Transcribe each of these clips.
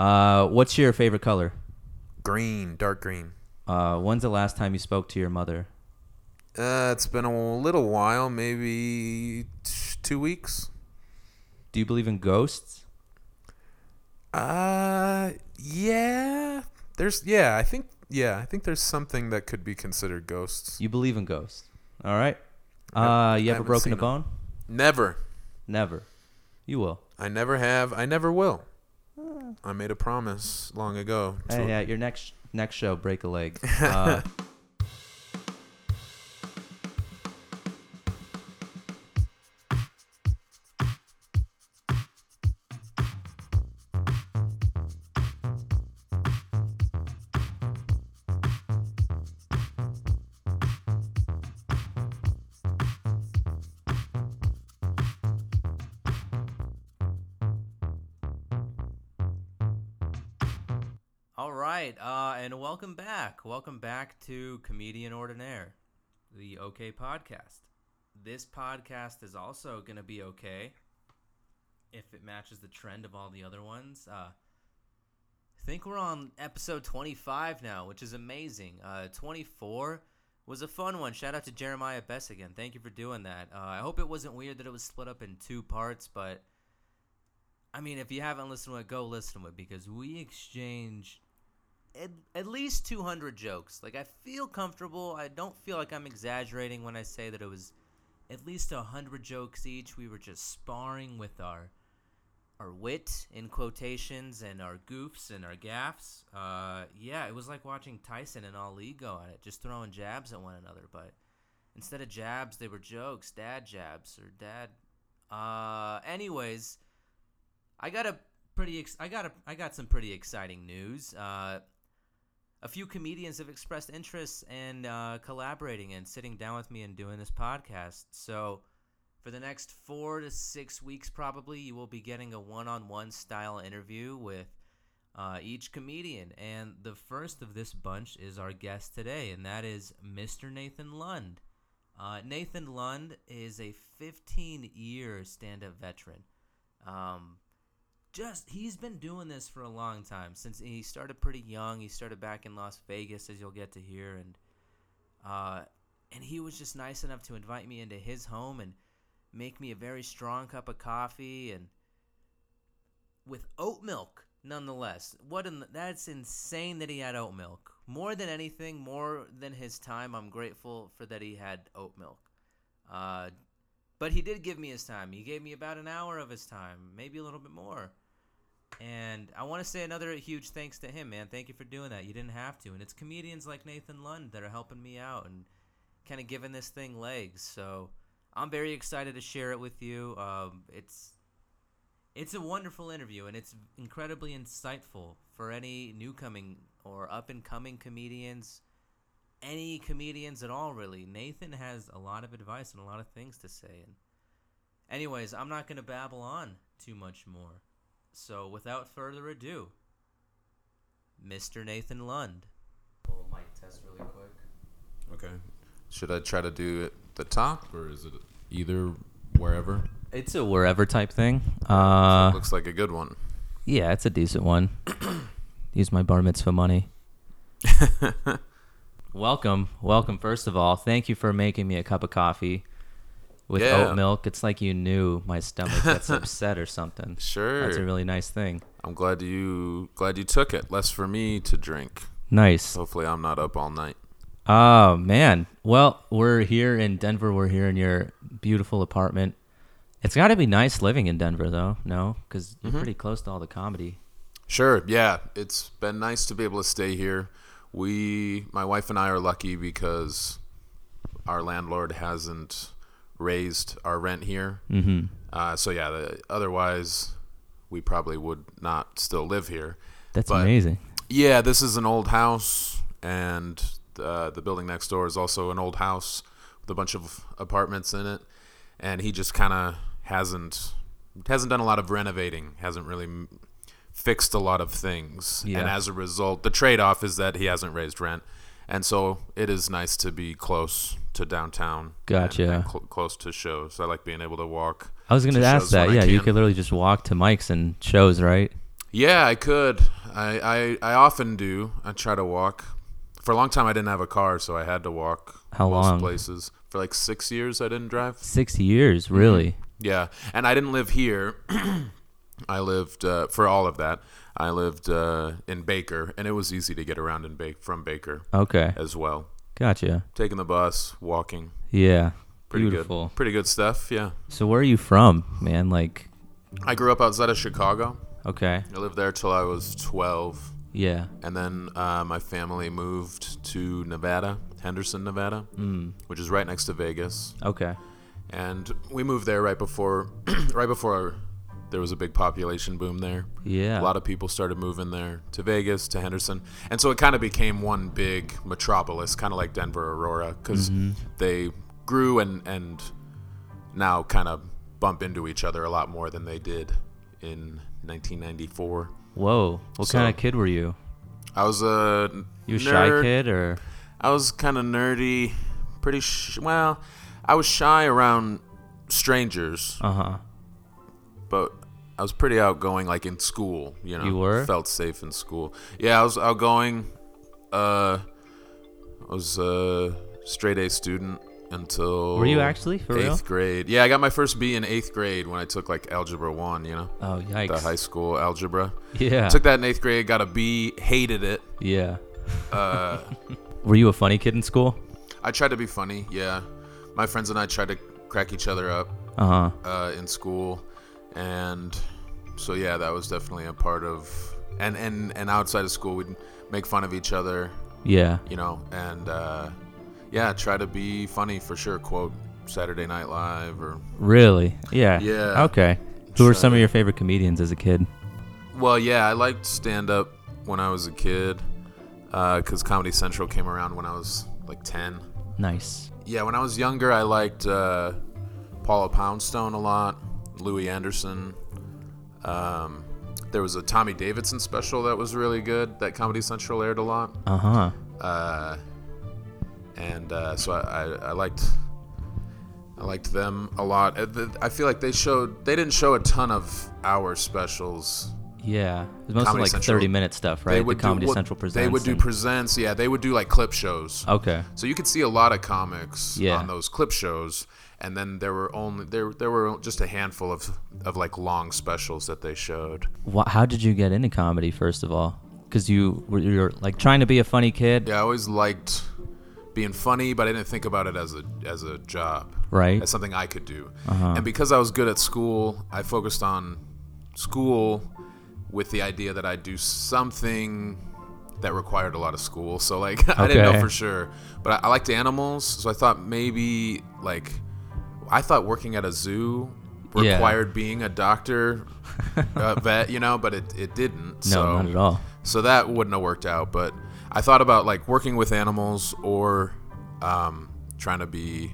Uh, what's your favorite color? Green, dark green. Uh, when's the last time you spoke to your mother? Uh, it's been a little while, maybe t- two weeks. Do you believe in ghosts? Uh, yeah. There's yeah, I think yeah, I think there's something that could be considered ghosts. You believe in ghosts. All right. Uh, you ever haven't broken seen a 'em. bone? Never. Never. You will. I never have. I never will. I made a promise long ago. to- Hey, yeah, your next next show, break a leg. Uh, All right, uh, and welcome back. Welcome back to Comedian Ordinaire, the OK podcast. This podcast is also going to be okay if it matches the trend of all the other ones. Uh, I think we're on episode 25 now, which is amazing. Uh, 24 was a fun one. Shout out to Jeremiah Bess again. Thank you for doing that. Uh, I hope it wasn't weird that it was split up in two parts, but I mean, if you haven't listened to it, go listen to it because we exchange at, at least 200 jokes. Like, I feel comfortable. I don't feel like I'm exaggerating when I say that it was at least 100 jokes each. We were just sparring with our our wit in quotations and our goofs and our gaffs. Uh, yeah, it was like watching Tyson and Ali go at it, just throwing jabs at one another. But instead of jabs, they were jokes, dad jabs or dad. Uh, anyways. I got a pretty ex- I got a I got some pretty exciting news. Uh, a few comedians have expressed interest in uh, collaborating and sitting down with me and doing this podcast. So for the next four to six weeks, probably you will be getting a one-on-one style interview with uh, each comedian. And the first of this bunch is our guest today, and that is Mr. Nathan Lund. Uh, Nathan Lund is a 15-year stand-up veteran. Um, just he's been doing this for a long time since he started pretty young he started back in las vegas as you'll get to hear and uh, and he was just nice enough to invite me into his home and make me a very strong cup of coffee and with oat milk nonetheless what in the, that's insane that he had oat milk more than anything more than his time i'm grateful for that he had oat milk uh, but he did give me his time he gave me about an hour of his time maybe a little bit more and I want to say another huge thanks to him, man. Thank you for doing that. You didn't have to. And it's comedians like Nathan Lund that are helping me out and kind of giving this thing legs. So I'm very excited to share it with you. Um, it's it's a wonderful interview and it's incredibly insightful for any new coming or up and coming comedians, any comedians at all, really. Nathan has a lot of advice and a lot of things to say. And anyways, I'm not going to babble on too much more. So, without further ado, Mr. Nathan Lund. Little mic test, really quick. Okay. Should I try to do it the top? Or is it either wherever? It's a wherever type thing. Uh, Looks like a good one. yeah, it's a decent one. Use my bar mitzvah money. welcome, welcome. First of all, thank you for making me a cup of coffee with Yeah. oat milk. It's like you knew my stomach gets upset or something. that's a Sure. really nice thing. I'm glad you glad you took it. Less for me to drink. Nice. Hopefully, I'm not up all night. Oh man. Well, we're here in Denver. We're here in your beautiful apartment. It's got to be nice living in Denver, though. No, because Mm-hmm. you're pretty close to all the comedy. Sure. Yeah, it's been nice to be able to stay here. We, my wife and I, are lucky because our landlord hasn't raised our rent here. Mm-hmm. Uh, so yeah, the, otherwise we probably would not still live here. That's But- amazing. Yeah, this is an old house, and uh, the building next door is also an old house with a bunch of apartments in it. And he just kind of hasn't hasn't done a lot of renovating, hasn't really m- fixed a lot of things. And Yeah. as a result, the trade off is that he hasn't raised rent, and so it is nice to be close to downtown. and- Gotcha. and cl- close to shows. I like being able to walk. I was going to to ask shows that. when I Yeah, you can. could literally just walk to mics and shows, right? Yeah, I could. I, I I often do. I try to walk. For a long time, I didn't have a car, so I had to walk. How most long? Places for like six years, I didn't drive. Six years, Mm-hmm. really? Yeah, and I didn't live here. I lived uh, for all of that. I lived uh, in Baker, and it was easy to get around in Baker from Baker Okay, as well. gotcha. Taking the bus, walking, Yeah, pretty beautiful. good, pretty good stuff. Yeah, So where are you from, man? Like, I grew up outside of Chicago. okay, I lived there till I was twelve, yeah, and then uh, my family moved to Nevada, Henderson, Nevada, mm, which is right next to Vegas. okay, And we moved there right before, right before there was a big population boom there. yeah, A lot of people started moving there to Vegas, to Henderson. And so it kind of became one big metropolis, kind of like Denver, Aurora, because Mm-hmm. they grew and, and now kind of bump into each other a lot more than they did in 1994. Whoa, what So- kind of kid were you? I was a You a shy nerd. kid or? I was kind of nerdy, pretty sh- well. I was shy around strangers, Uh huh. but I was pretty outgoing, like in school. You know, You were? felt safe in school. Yeah, I was outgoing. Uh, I was a straight A student until Were you actually for eighth real? grade. Yeah, I got my first B in eighth grade when I took like algebra one. You know, Oh yikes! the high school algebra. yeah, Took that in eighth grade, got a B, hated it. yeah. Uh, Were you a funny kid in school? I tried to be funny. Yeah, my friends and I tried to crack each other up. Uh huh. uh, in school, and so yeah, that was definitely a part of. And and and outside of school, we'd make fun of each other, Yeah. you know, and uh, yeah, try to be funny for sure. Quote Saturday Night Live or Really? Yeah. Yeah. Okay. Who were some of So- your favorite comedians as a kid? well, yeah, I liked stand up when I was a kid because Comedy Central came around when I was like ten. Nice. Yeah, when I was younger, I liked uh, Paula Poundstone a lot, Louis Anderson. Um, there was a Tommy Davidson special that was really good that Comedy Central aired a lot. Uh huh. Uh, and uh, so I, I, I liked I liked them a lot. Uh, th- I feel like they showed they didn't show a ton of hour specials. Yeah. It was mostly Comedy like Central. 30 minute stuff, right? They the Comedy what- Central presents. They would do and- presents. Yeah, they would do like clip shows. okay. So you could see a lot of comics Yeah. on those clip shows, and then there were only there there were just a handful of of like long specials that they showed. Wh- how did you get into comedy, first of all? Because you were you were like trying to be a funny kid, Yeah, I always liked being funny, but I didn't think about it as a as a job, right? Uh-huh. as something I could do. And because I was good at school, I focused on school with the idea that I'd do something that required a lot of school. So like I didn't Okay. know for sure, but I, I liked animals, so I thought maybe like I thought working at a zoo Yeah. required being a doctor, a vet, you know, but it, it didn't. no, so not at all. so that wouldn't have worked out. But I thought about like working with animals or um, trying to be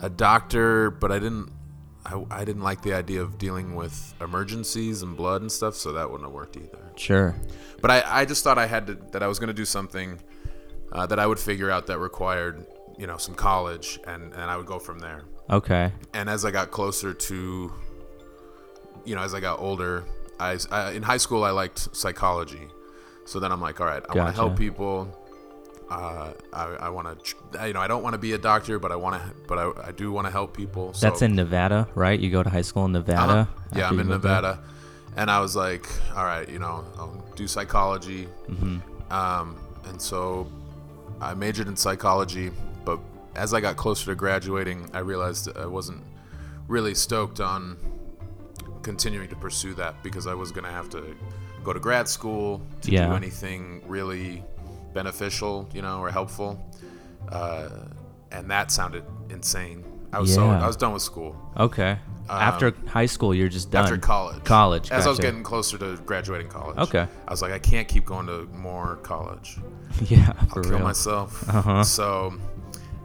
a doctor, but I didn't. I, I didn't like the idea of dealing with emergencies and blood and stuff, so that wouldn't have worked either. Sure. But I, I just thought I had to that I was going to do something uh, that I would figure out that required you know some college, and and I would go from there Okay. and as I got closer to, you know, as I got older, I, I- in high school I liked psychology, so then I'm like, all right, I want Gotcha. to help people. Uh, I, I want to, tr- you know, I don't want to be a doctor, but I want to, but I, I do want to help people. So, That's in Nevada, right? You go to high school in Uh-huh. Nevada. after Yeah, I'm you in moved there? Nevada, and I was like, all right, you know, I'll do psychology, Mm-hmm. um, and so I majored in psychology. But as I got closer to graduating, I realized I wasn't really stoked on continuing to pursue that because I was gonna have to go to grad school to do Yeah. anything really beneficial, you know, or helpful. Uh, and that sounded insane. I was so Yeah. I was done with school Okay. after high school, you're just done. Um, after college. College, As I was gotcha. getting closer to graduating college. Okay. I was like, I can't keep going to more college. yeah, for I'll real. Uh-huh. kill myself. So,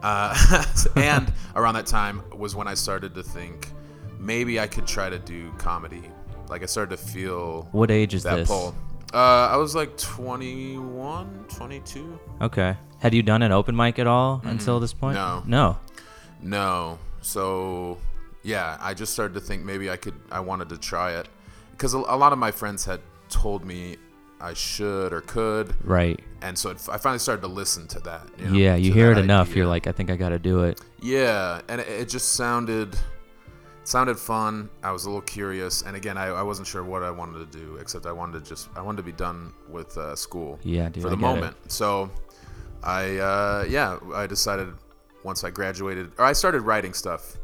uh, and around that time was when I started to think maybe I could try to do comedy. Like I started to feel what age is that this? pull. Uh, I was like 21, 22. Okay. Had you done an open mic at all until this point? No. No. No. So, yeah, I just started to think maybe I could, I wanted to try it. Because a, a lot of my friends had told me I should or could. Right. And so it, I finally started to listen to that. You know, yeah, you to hear it that enough, idea. you're like, I think I got to do it. Yeah, and it, it just sounded it sounded fun. I was a little curious, and again, I, I wasn't sure what I wanted to do, except I wanted to just I wanted to be done with uh, school Yeah, dude. for I the get it. moment. So I uh, yeah I decided once I graduated, or I started writing stuff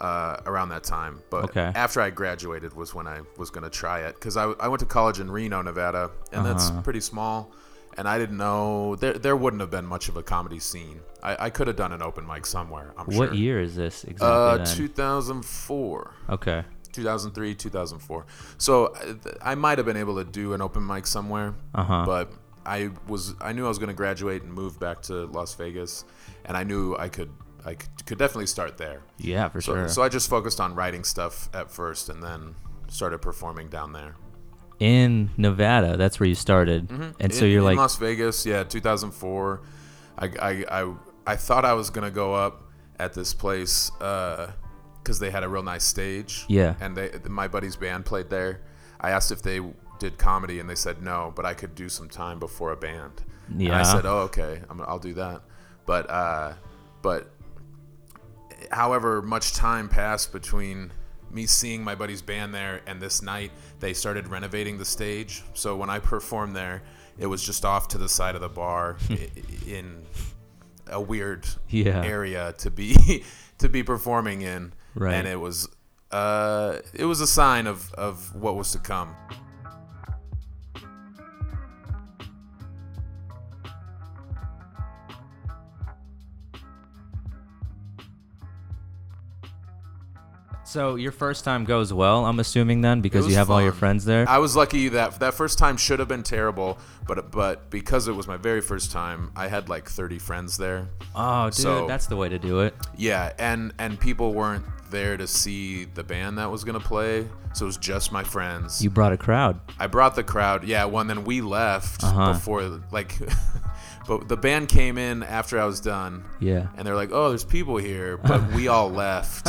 uh, around that time. But Okay. after I graduated was when I was gonna try it because I, I went to college in Reno, Nevada, and that's Uh-huh. pretty small. And I didn't know there there wouldn't have been much of a comedy scene. I, I could have done an open mic somewhere. I'm What sure. year is this exactly? Uh, then? 2004. okay. 2003, 2004. So I, th- I might have been able to do an open mic somewhere, Uh huh. but I was I knew I was going to graduate and move back to Las Vegas, and I knew I could I could, could definitely start there. Yeah, for So, sure. so I just focused on writing stuff at first, and then started performing down there. in Nevada, that's where you started, and so Mm-hmm. In- you're in like, Las Vegas, yeah, 2004. I I I, I thought I was gonna go up at this place because they had a real nice stage. Yeah. and they my buddy's band played there. I asked if they did comedy, and they said no, but I could do some time before a band. And Yeah. I said, oh okay, I'm, I'll do that. But uh, but however much time passed between me seeing my buddy's band there and this night they started renovating the stage so when i performed there it was just off to the side of the bar i- in a weird Hmm. Yeah. area to be to be performing in Right. and it was uh it was a sign of of what was to come so your first time goes well, I'm assuming then, because was you have all your fun. friends there. I was lucky that that first time should have been terrible, but but because it was my very first time, I had like 30 friends there. oh, dude, so- that's the way to do it. Yeah, and and people weren't there to see the band that was gonna play, so it was just my friends. You brought a crowd. I brought the crowd. Yeah, well, and then we left Uh-huh. before like, but the band came in after I was done, Yeah. and they're like, "Oh, there's people here," but we all left.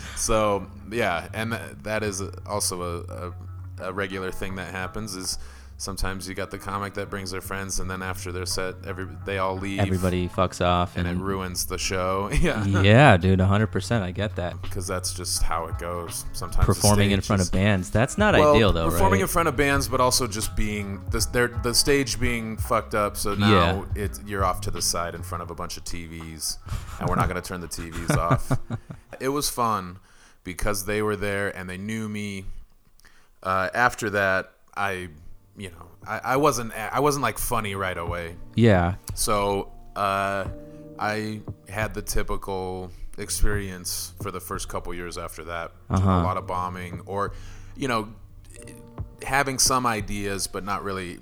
so yeah, and th- that is also a, a, a regular thing that happens is. Sometimes you got the comic that brings their friends, and then after their set, every they all leave, Everybody fucks off, and it and, ruins the show. Yeah, yeah, dude, 100. percent I get that. because that's just how it goes. Sometimes the Performing in stage front is- of bands, that's not well, ideal though, right? performing in front of bands, but also just being the their- the stage being fucked up. So now it's you're off to the side in front of a bunch of TVs, and we're not gonna turn the TVs off. It was fun because they were there and they knew me. Uh, after that, I you know I, I wasn't I wasn't like funny right away. yeah. So uh, I had the typical experience for the first couple years after that. Uh-huh. A lot of bombing, or you know, having some ideas but not really,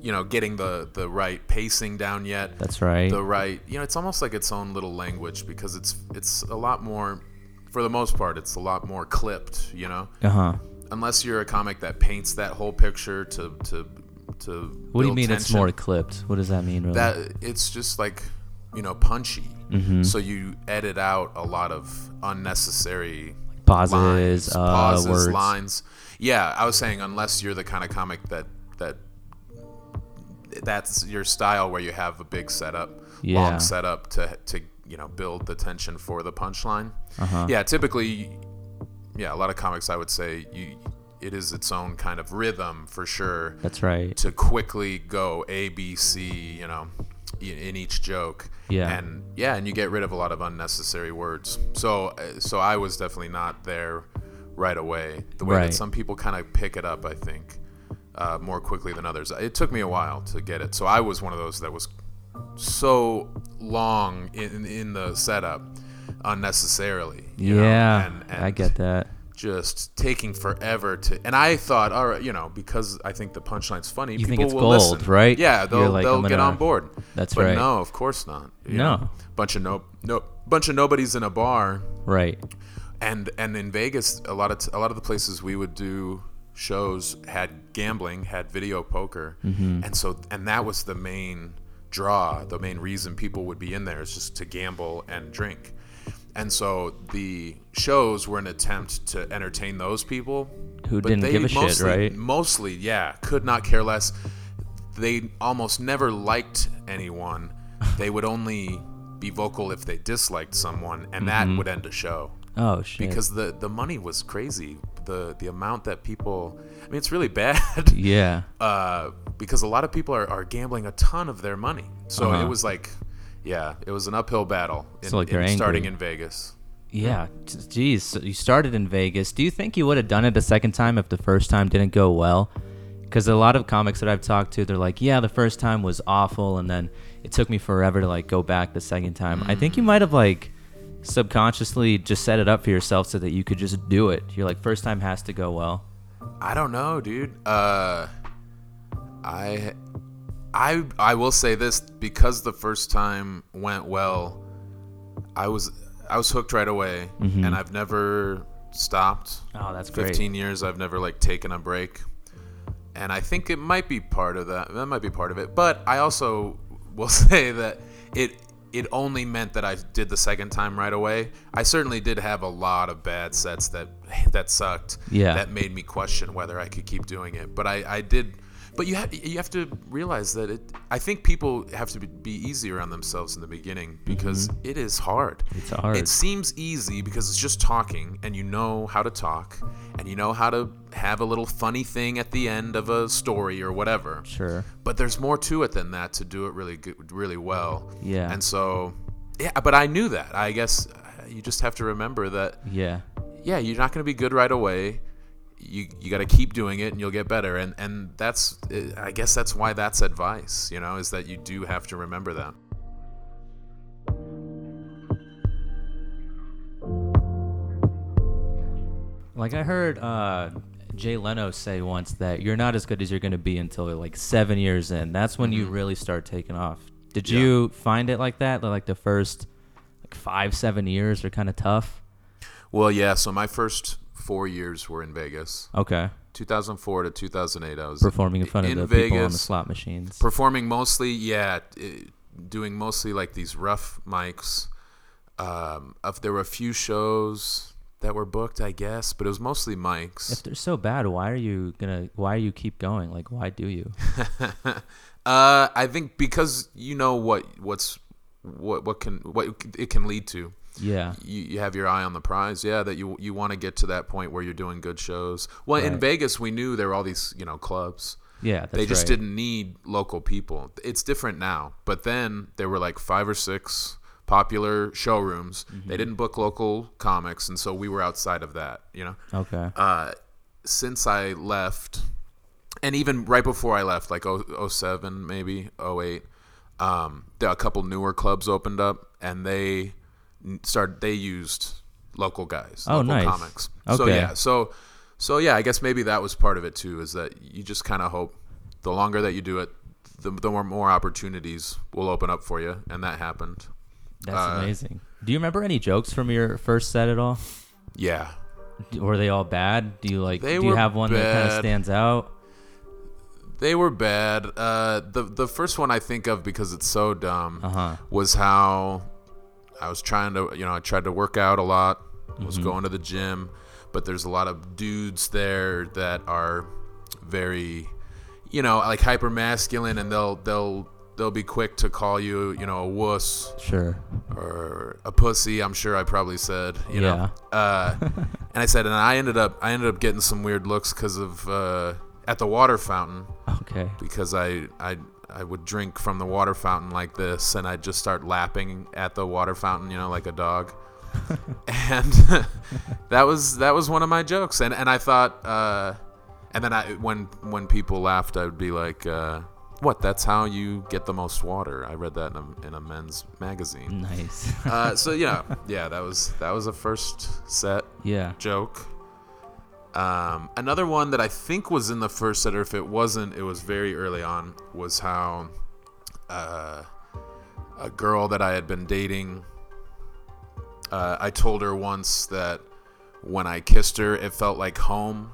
you know, getting the the right pacing down yet. That's right. The right, you know, it's almost like its own little language because it's it's a lot more. For the most part, it's a lot more clipped, you know. Uh huh. Unless you're a comic that paints that whole picture to to to. What do you build mean it's tension more clipped? What does that mean, really? that it's just like you know punchy Mm-hmm. so you edit out a lot of unnecessary pauses, lines, uh, pauses words. lines yeah i was saying unless you're the kind of comic that that that's your style where you have a big setup Yeah. long setup to to you know build the tension for the punchline Uh-huh. yeah typically yeah a lot of comics i would say you it is its own kind of rhythm for sure That's right. to quickly go A, B, C, you know, i- in each joke. Yeah. And yeah, and you get rid of a lot of unnecessary words. So, uh, so I was definitely not there right away. The way Right. that some people kind of pick it up, I think, uh, more quickly than others. It took me a while to get it. So I was one of those that was so long in in the setup unnecessarily. you know, yeah, and- I and- get that. just taking forever to and i thought all right you know because i think the punchline's funny You people think it's will gold, listen. right? yeah You're they'll, like, they'll I'm get gonna- on board That's but right. no of course not you No. know. bunch of no no bunch of nobodies in a bar Right. and and in vegas a lot of t- a lot of the places we would do shows had gambling had video poker Mm-hmm. and so and that was the main draw the main reason people would be in there is just to gamble and drink And so the shows were an attempt to entertain those people Who didn't give a shit, mostly, right? Mostly, yeah, could not care less. They almost never liked anyone. They would only be vocal if they disliked someone, Mm-hmm. and that would end a show Oh shit. because the the money was crazy. The the amount that people, I mean, it's really bad. yeah. uh, because a lot of people are, are gambling a ton of their money. So Uh-huh. it was like, yeah, it was an uphill battle in, So, like, they're in starting angry. in Vegas. Yeah, jeez, so you started in Vegas. Do you think you would have done it a second time if the first time didn't go well? Because a lot of comics that I've talked to, they're like, "Yeah, the first time was awful, and then it took me forever to like go back the second time." I think you might have like subconsciously just set it up for yourself so that you could just do it. You're like, first time has to go well. I don't know, dude. Uh, I, I, I will say this because the first time went well. I was I was hooked right away, Mm-hmm. and I've never stopped. Oh, that's great. 15 years I've never like taken a break. And I think it might be part of that. That might be part of it. But I also will say that it it only meant that I did the second time right away. I certainly did have a lot of bad sets that that sucked. Yeah. That made me question whether I could keep doing it. But I, I did but you have you have to realize that it I think people have to be- be easier on themselves in the beginning because it is hard. Mm-hmm. It's hard. It seems easy because it's just talking, and you know how to talk, and you know how to have a little funny thing at the end of a story or whatever. Sure. But there's more to it than that to do it really good, really well. Yeah. And so, yeah. But I knew that. I guess uh, you just have to remember that. Yeah. Yeah, you're not going to be good right away. You you got to keep doing it, and you'll get better. And and that's uh, I guess that's why that's advice. You know, is that you do have to remember that. Like I heard uh, Jay Leno say once that you're not as good as you're going to be until like seven years in. That's when you really start taking off. Did Mm-hmm. Yeah. you find it like that? That like the first like five seven years are kind of tough. Well, yeah. So my first four years were in Vegas. Okay, 2004 to 2008 i was performing in front of in the people on the Vegas. slot machines. performing mostly yeah t- doing mostly like these rough mics um if there were a few shows that were booked i guess but it was mostly if mics they're so bad, why are you gonna? Why you keep going? Like why do you? uh i think because you know what what's what what can what it can lead to Yeah, you, you have your eye on the prize yeah that you you want to get to that point where you're doing good shows well in Right. vegas we knew there were all these you know clubs yeah. That's they just right. didn't need local people. It's different now, but then there were like five or six popular showrooms. Mm-hmm. They didn't book local comics, and so we were outside of that. You know, Okay. uh, since I left, and even right before I left, like oh seven maybe 08, um, there- a couple newer clubs opened up, and they n- started. They used local guys, Oh, local nice. comics. So Okay. yeah, so so yeah, I guess maybe that was part of it too. Is that you just kind of hope the longer that you do it, the, the more more opportunities will open up for you, and that happened. That's uh, amazing. Do you remember any jokes from your first set at all? Yeah, D- Were they all bad? Do you like? They Do you were have one that kind of bad. stands out? They were bad. Uh, the the first one I think of because it's so dumb Uh-huh. was how I was trying to you know I tried to work out a lot, was going to the gym, but there's a lot of dudes there that are very, you know, like hyper masculine, and they'll they'll they'll be quick to call you you know a wuss Sure. or a pussy. I'm sure I probably said, you know. Uh, and I said, and I ended up I ended up getting some weird looks because of uh, at the water fountain Okay. because I I I would drink from the water fountain like this, and I'd just start lapping at the water fountain, you know, like a dog. and that was that was one of my jokes, and and I thought, uh, and then I when when people laughed, I would be like. Uh, what? That's how you get the most water. I read that in a, in a men's Mm. magazine. Nice. Uh, so yeah, yeah, that was that was a first set yeah. joke. Um, another one that I think was in the first set, or if it wasn't, it was very early on, was how uh, a girl that I had been dating, uh, I told her once that when I kissed her, it felt like home.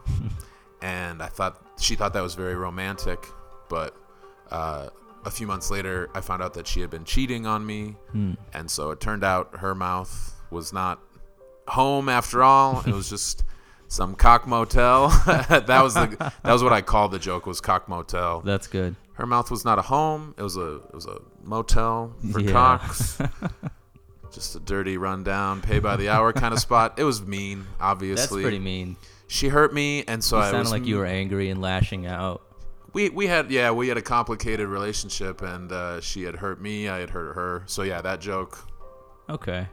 and I thought she thought that was very romantic, but uh, a few months later, I found out that she had been cheating on me, and so it turned out her mouth was not home after all. It was just some cock motel. that was the that was what I called the joke was cock motel. That's good. Her mouth was not a home. It was a it was a motel for cocks. just a dirty rundown, pay by the hour kind of spot. It was mean, That's obviously. pretty mean. She hurt me, and so You I sounded was like you were angry and lashing out. we we had yeah we had a complicated relationship and uh, she had hurt me i had hurt her so yeah that joke Okay.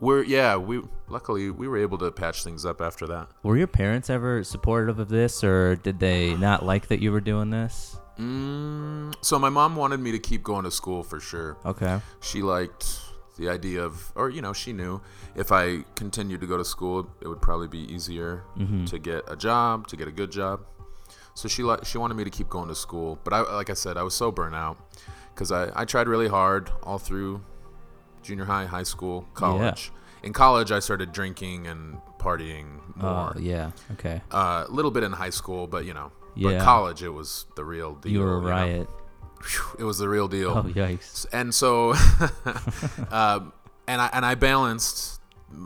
we're yeah we luckily we were able to patch things up after that Were your parents ever supportive of this, or did they not like that you were doing this? mm, so my mom wanted me to keep going to school for sure Okay. she liked the idea of or you know she knew if i continued to go to school it would probably be easier Mm-hmm. to get a job to get a good job so she li- she wanted me to keep going to school but i like i said i was so burnt out because I, I tried really hard all through junior high high school college in college i started drinking and partying Oh more Uh, yeah. Okay. a little bit in high school but you know but Yeah. college it was the real deal You were a know? riot. it was the real deal Oh yikes. and so um, and I and I balanced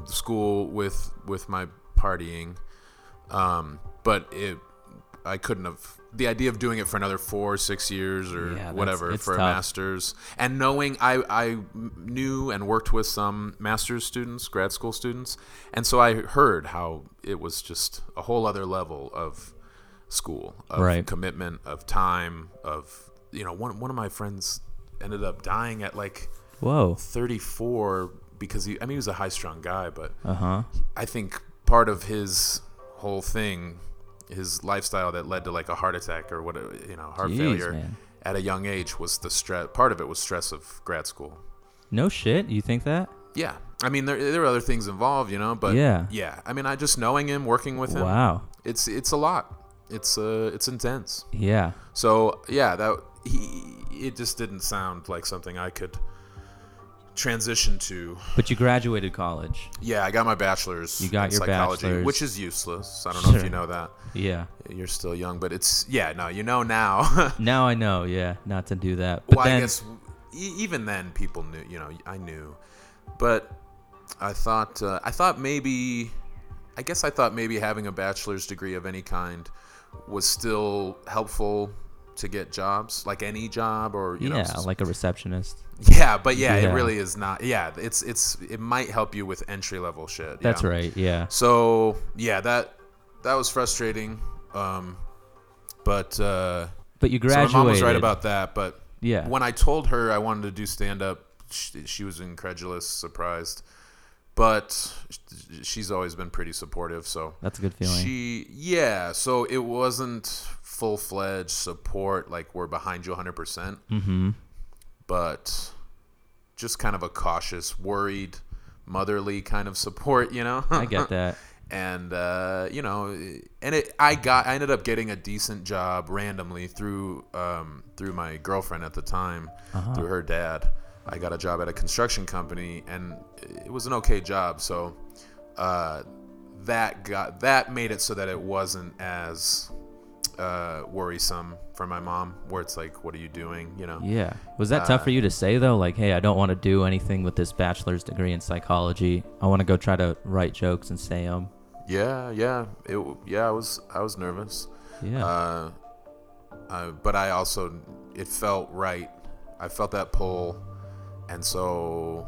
school with with my partying um, but it I couldn't have the idea of doing it for another four or six years or Yeah, that's- whatever it's for a tough. master's and knowing I, I knew and worked with some master's students grad school students and so I heard how it was just a whole other level of school of Right. commitment of time of you know one, one of my friends ended up dying at like Whoa. 34 because he I mean he was a high strung guy but Uh huh. I think part of his whole thing, his lifestyle that led to like a heart attack or what you know heart Jeez, failure man. at a young age was the stress. Part of it was stress of grad school. No shit. You think that? Yeah, I mean there there are other things involved, you know, but Yeah. yeah. I mean I just knowing him, working with him, Wow. it's it's a lot. It's uh it's intense. Yeah. So yeah, that he it just didn't sound like something I could transition to. But you graduated college. Yeah, I got my bachelor's. You got in your psychology, bachelor's. which is useless. I don't know if Sure. you know that. Yeah. You're still young, but it's yeah. No, you know now. Now I know. Yeah. Not to do that. But well, then, I guess e- even then people knew. You know, I knew, but I thought uh, I thought maybe, I guess I thought maybe having a bachelor's degree of any kind was still helpful to get jobs, like any job or you know, yeah, s- like a receptionist. yeah. But yeah, Yeah. it really is not. Yeah, it's it's it might help you with entry level shit. That's yeah. right. Yeah. So yeah, that that was frustrating, um, but. Uh, But you so graduated. my mom was right about that, but Yeah. when I told her I wanted to do stand up, she, she was incredulous, surprised. But sh- she's always been pretty supportive, so That's a good feeling. she yeah, so it wasn't full-fledged support like we're behind you 100%. Mm. Mhm. Mm-hmm. But just kind of a cautious, worried, motherly kind of support, you know? I get that. and uh, you know, and it, I got, I ended up getting a decent job randomly through um, through my girlfriend at the time, through her dad. I got a job at a construction company, and it was an okay job. So uh, that got that made it so that it wasn't as uh, worrisome for my mom, where it's like, what are you doing? You know? Yeah. Was that Uh, tough for you to say though? Like, hey, I don't want to do anything with this bachelor's degree in psychology. I want to go try to write jokes and say 'em." Yeah, yeah, it, yeah. I was, I was nervous. Yeah. Uh, uh, but I also it felt right. I felt that pull, and so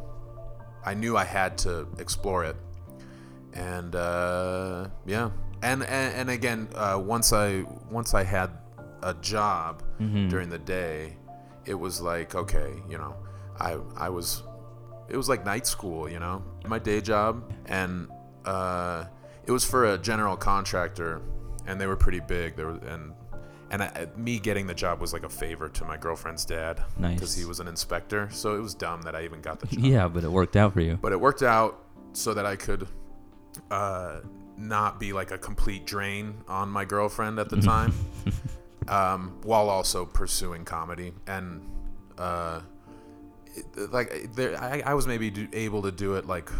I knew I had to explore it. And uh, yeah, and and, and again, uh, once I once I had a job during the day, it was like okay, you know, I I was it was like night school, you know, my day job, and uh, it was for a general contractor, and they were pretty big. There were and and I, me getting the job was like a favor to my girlfriend's dad Nice. because he was an inspector, so it was dumb that I even got the job. yeah, but it worked out for you. But it worked out so that I could uh, not be like a complete drain on my girlfriend at the time, um, while also pursuing comedy and. Uh, it- like there, I, I was maybe do, able to do it like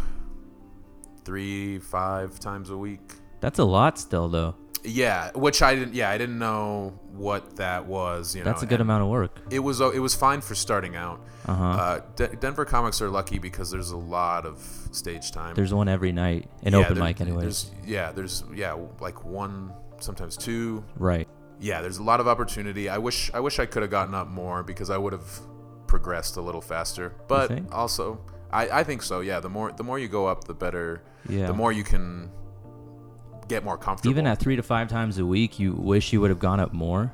three, five times a week. That's a lot still though. Yeah, which I didn't. Yeah, I didn't know what that was. You That's know, a good and amount of work. It was uh, it was fine for starting out. Uh-huh. Uh, De- Denver comics are lucky because there's a lot of stage time. There's one every night, an Yeah, open there- mic, anyways. There's, yeah, there's yeah like one, sometimes two. Right. Yeah, there's a lot of opportunity. I wish I wish I could have gotten up more because I would have progressed a little faster. But think? also, I, I think so. Yeah, the more the more you go up, the better. Yeah. The more you can get more comfortable. Even at three to five times a week, you wish you would have gone up more.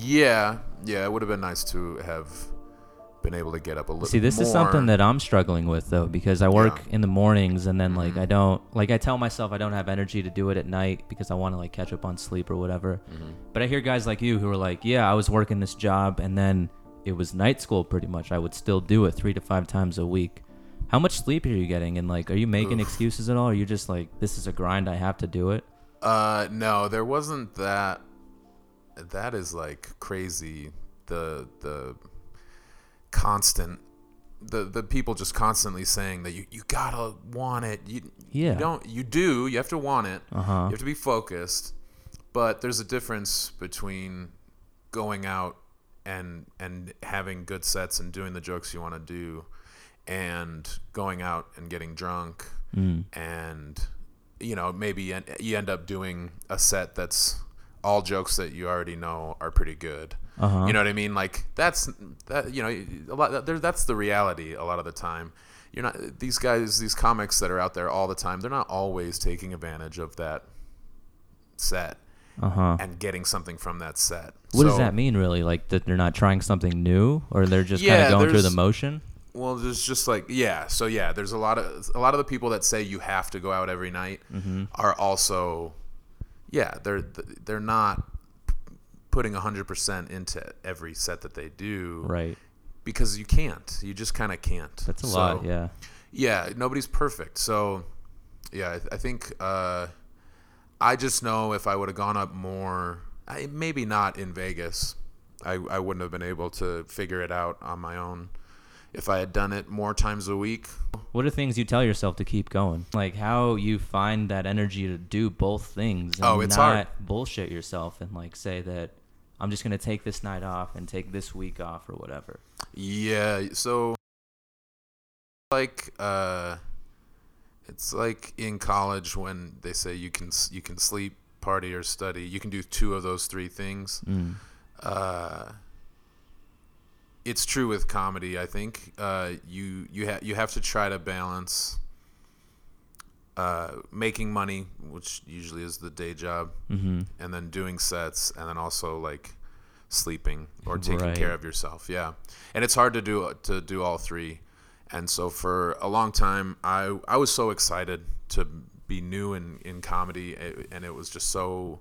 Yeah, yeah, it would have been nice to have been able to get up a little. See, this is more. something that I'm struggling with though, because I work in the mornings and then Mm-hmm. like I don't like I tell myself I don't have energy to do it at night because I want to like catch up on sleep or whatever. Mm-hmm. But I hear guys like you who are like, yeah, I was working this job and then it was night school pretty much. I would still do it three to five times a week. How much sleep are you getting? And like, are you making excuses at all? Are you just like, this is a grind, I have to do it? Uh, no, there wasn't that. That is like crazy. The the constant. The, the people just constantly saying that you, you gotta want it you, Yeah. you don't you do you have to want it Uh-huh. you have to be focused but there's a difference between going out and and having good sets and doing the jokes you want to do and going out and getting drunk Mm. and you know maybe en- you end up doing a set that's all jokes that you already know are pretty good Uh-huh. you know what i mean like that's that you know a lot there that's the reality a lot of the time you're not these guys these comics that are out there all the time they're not always taking advantage of that set Uh huh. and getting something from that set. What does So- that mean, really? Like that they're not trying something new, or they're just kind Yeah, of going through the there's- motion? Well, there's just like yeah, so yeah, there's a lot of a lot of the people that say you have to go out every night Mm-hmm. are also yeah, they're they're not putting 100% into every set that they do Right. because you can't. You just kind of can't. That's a So- lot. Yeah. yeah nobody's perfect so yeah i, th- I think uh, i just know if i would have gone up more I, maybe not in vegas I, I wouldn't have been able to figure it out on my own if i had done it more times a week What are things you tell yourself to keep going? Like how you find that energy to do both things and Oh, it's not hard. bullshit yourself and like say that I'm just gonna take this night off and take this week off or whatever. yeah so like uh it's like in college when they say you can s- you can sleep party or study you can do two of those three things uh, it's true with comedy. I think uh, you you ha- you have to try to balance uh, making money, which usually is the day job, Mm-hmm. and then doing sets, and then also like sleeping or taking Right. care of yourself. Yeah, and it's hard to do to do all three. And so for a long time, I I was so excited to be new in in comedy, a- and it was just so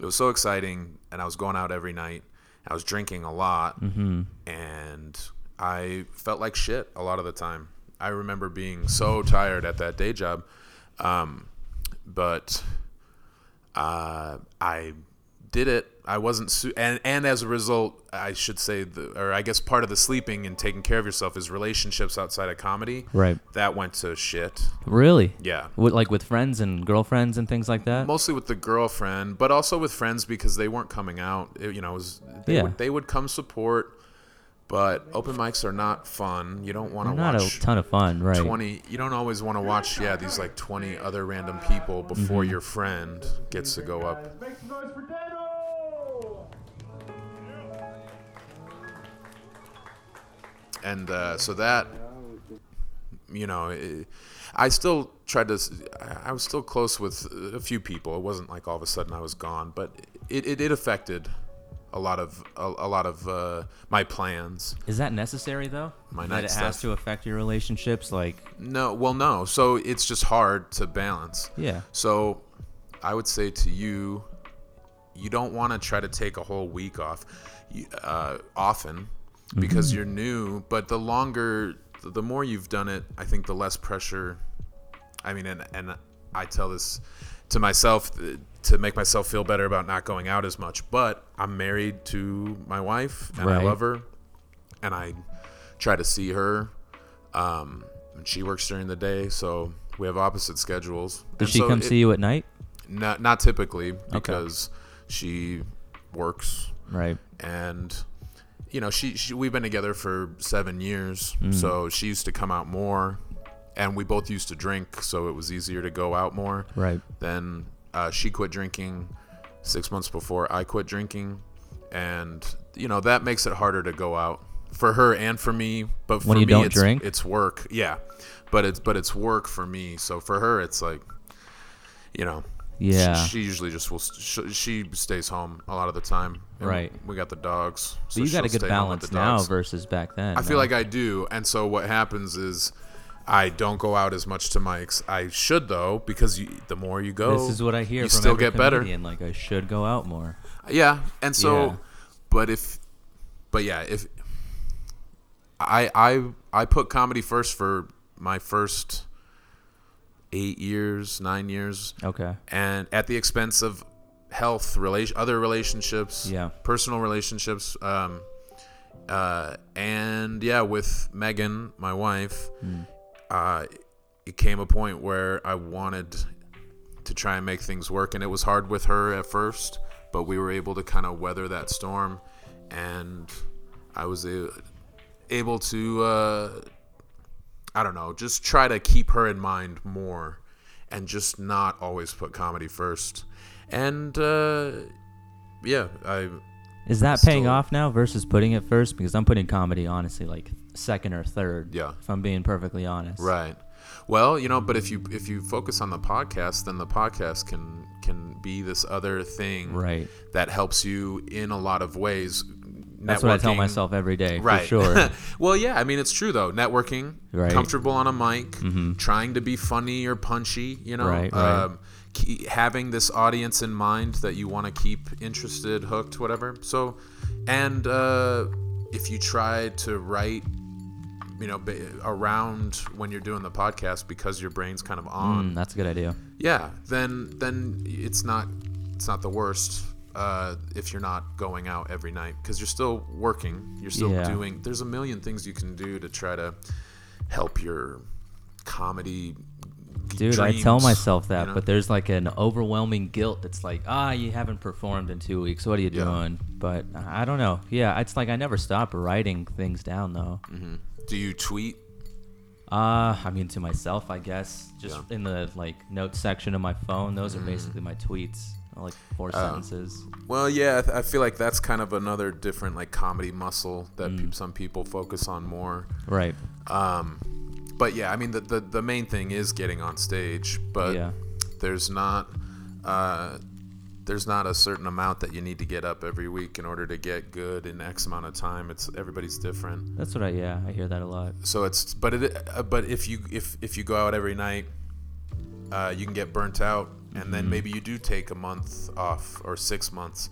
it was so exciting, and I was going out every night. I was drinking a lot, and I felt like shit a lot of the time. I remember being so tired at that day job, um, but uh, I did it. I wasn't, su- and and as a result, I should say, the, or I guess part of the sleeping and taking care of yourself is relationships outside of comedy. Right. That went to shit. Really? Yeah. With, like with friends and girlfriends and things like that? Mostly with the girlfriend, but also with friends because they weren't coming out. It- you know, it was they, Yeah. would, they would come support, but open mics are not fun. You don't want to They're not watch a ton of fun, right? 20 you don't always want to watch yeah these like 20 other random people Mm-hmm. before your friend gets to go up Make some noise for Dano! and uh, so that you know it, i still tried to s- i I was still close with a few people it wasn't like all of a sudden i was gone but it, it, it affected a lot of a, a lot of uh, my plans Is that necessary though? My that night it has stuff. to affect your relationships, like no well no so it's just hard to balance yeah. So I would say to you, you don't want to try to take a whole week off you- uh, often because Mm-hmm. you're new, but the longer, the more you've done it, I think the less pressure. I mean, and, and I tell this to myself uh, to make myself feel better about not going out as much, but I'm married to my wife and I Right. love her and I try to see her. Um, and she works during the day, so we have opposite schedules. Does And she so come it- see you at night? No, not typically because she works Right. and you know she, she we've been together for seven years Mm-hmm. so she used to come out more and we both used to drink so it was easier to go out more Right. then uh, she quit drinking six months before i quit drinking and you know that makes it harder to go out for her and for me but for When you me don't it's, drink? it's work yeah but it's but it's work for me so for her it's like you know she- Yeah. she, usually just will. She, she stays home a lot of the time. and Right. We got the dogs. So you got a she'll good stay home with balance the now dogs. versus back then. I feel like I do, and so what happens is, I don't go out as much to Mike's. I should though, because you, the more you go, this is what I hear. You from still every get better. comedian, Like I should go out more. Yeah, and so, Yeah. but if, but yeah, if I I I put comedy first for my first eight years, nine years, Okay. and at the expense of health, relation, other relationships, Yeah. personal relationships, um, uh, and yeah, with Megan, my wife, uh, it came a point where I wanted to try and make things work, and it was hard with her at first, but we were able to kind of weather that storm, and I was a- able to. Uh, I don't know, just try to keep her in mind more and just not always put comedy first. And uh, yeah, I Is that paying Still- off now versus putting it first? Because I'm putting comedy honestly like second or third. Yeah. If I'm being perfectly honest. right. Well, you know, but if you if you focus on the podcast, then the podcast can can be this other thing Right. that helps you in a lot of ways. That's what I tell Networking. myself every day. Right. For sure. well, yeah, I mean it's true though. Networking, Right. Mm-hmm. comfortable on a mic, trying to be funny or punchy, you know, Right, right. ke- having this audience in mind that you want to keep interested, hooked, whatever. So, and uh, if you try to write you know, ba- around when you're doing the podcast because your brain's kind of on. Mm, that's a good idea. Yeah, then then it's not it's not the worst uh, if you're not going out every night because you're still working. You're still Yeah. doing. There's a million things you can do to try to help your comedy. g- Dude, I tell dreams, myself that, you know? but there's like an overwhelming guilt that's like, ah, you haven't performed in two weeks. What are you Yeah. doing? But I don't know. Yeah, it's like I never stop writing things down though. Mm. do you tweet? Uh, I mean to myself, I guess, just in the like notes section of my phone. Those Mm. are basically my tweets, like four Uh, sentences. Well, yeah, I th- I feel like that's kind of another different like comedy muscle that pe- Mm. some people focus on more. Right. But yeah, I mean the, the the main thing is getting on stage, but Yeah. there's not uh, there's not a certain amount that you need to get up every week in order to get good in X amount of time. It's everybody's different, That's what I yeah, I hear that a lot. so it's but it uh, but if you if if you go out every night, uh, you can get burnt out, and then maybe you do take a month off or six months,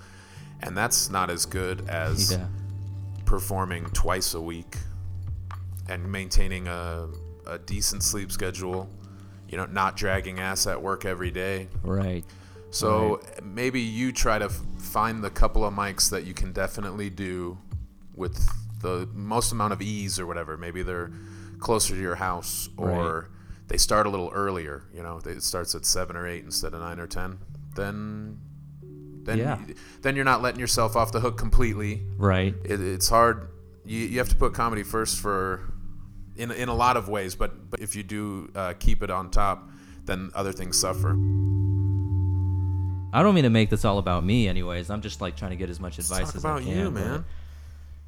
and that's not as good as Yeah. performing twice a week and maintaining a, a decent sleep schedule you know not dragging ass at work every day Right. so maybe you try to f- find the couple of mics that you can definitely do with the most amount of ease or whatever maybe they're closer to your house or they start a little earlier you know it starts at 7 or 8 instead of 9 or 10 then then Yeah. then you're not letting yourself off the hook completely Right. it, it's hard. You, you have to put comedy first for in in a lot of ways, but, but if you do uh, keep it on top, then other things suffer. I don't mean to make this all about me anyways. I'm just like trying to get as much advice Talk as about I can. you, but- man.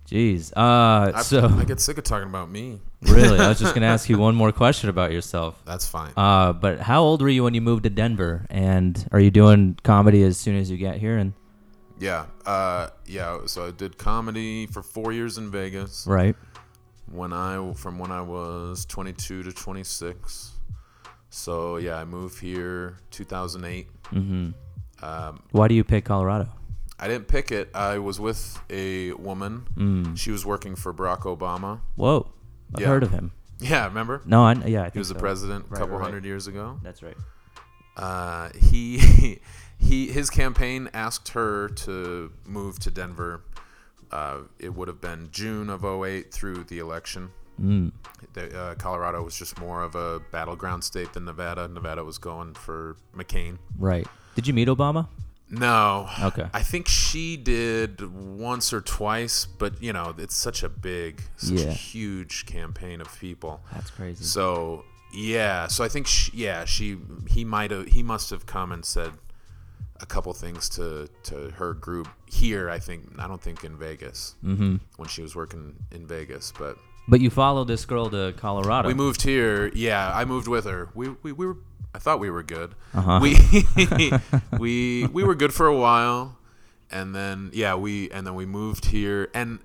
Jeez. Uh I, so I get sick of talking about me. really, I was just going to ask you one more question about yourself. That's fine. Uh but how old were you when you moved to Denver and are you doing comedy as soon as you get here and yeah, uh, yeah. So I did comedy for four years in Vegas. Right. When I from when I was 22 to 26. So yeah, I moved here 2008. Why do you pick Colorado? I didn't pick it. I was with a woman. Mm. She was working for Barack Obama. Whoa. I've Yeah. heard of him. Yeah, remember? No, I yeah, I think He was the so. president a Right, couple right, right. hundred years ago. That's right. Uh, he he his campaign asked her to move to Denver. Uh, it would have been June of 08 through the election. The, uh, Colorado was just more of a battleground state than Nevada. Nevada was going for McCain. Right. Did you meet Obama? No. Okay. I think she did once or twice, but you know, it's such a big, such Yeah. a huge campaign of people. That's crazy. So yeah, so I think she, yeah, she he might have he must have come and said a couple things to to her group here. I think I don't think in Vegas mm-hmm. when she was working in Vegas, but But you followed this girl to Colorado. we moved here. Yeah, I moved with her. We we, we were. I thought we were good. Uh-huh. We we we were good for a while, and then yeah, we and then we moved here. And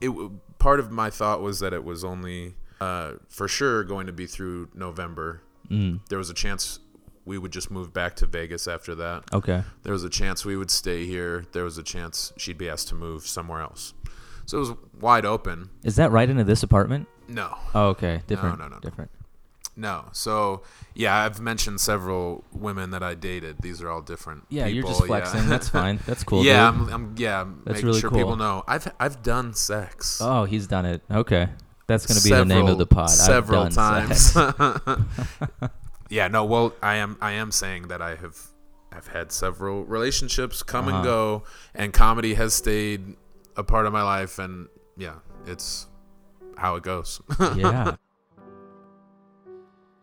it w- part of my thought was that it was only uh, for sure going to be through November. Mm. There was a chance we would just move back to Vegas after that. Okay. There was a chance we would stay here. There was a chance she'd be asked to move somewhere else. So it was wide open. Is that right into this apartment? No. Oh, okay. Different. no, no, no. Different. No. So, yeah, I've mentioned several women that I dated. These are all different. Yeah, you're people, just flexing. Yeah. That's fine. That's cool. yeah, dude. I'm, I'm. Yeah, I'm That's making really sure cool. people know I've I've done sex. Oh, he's done it. Okay. That's gonna be the name of the pod. I've Several done times. sex. yeah. No. Well, I am. I am saying that I have. I've had several relationships come Uh-huh. and go, and comedy has stayed a part of my life, and yeah, it's how it goes. yeah.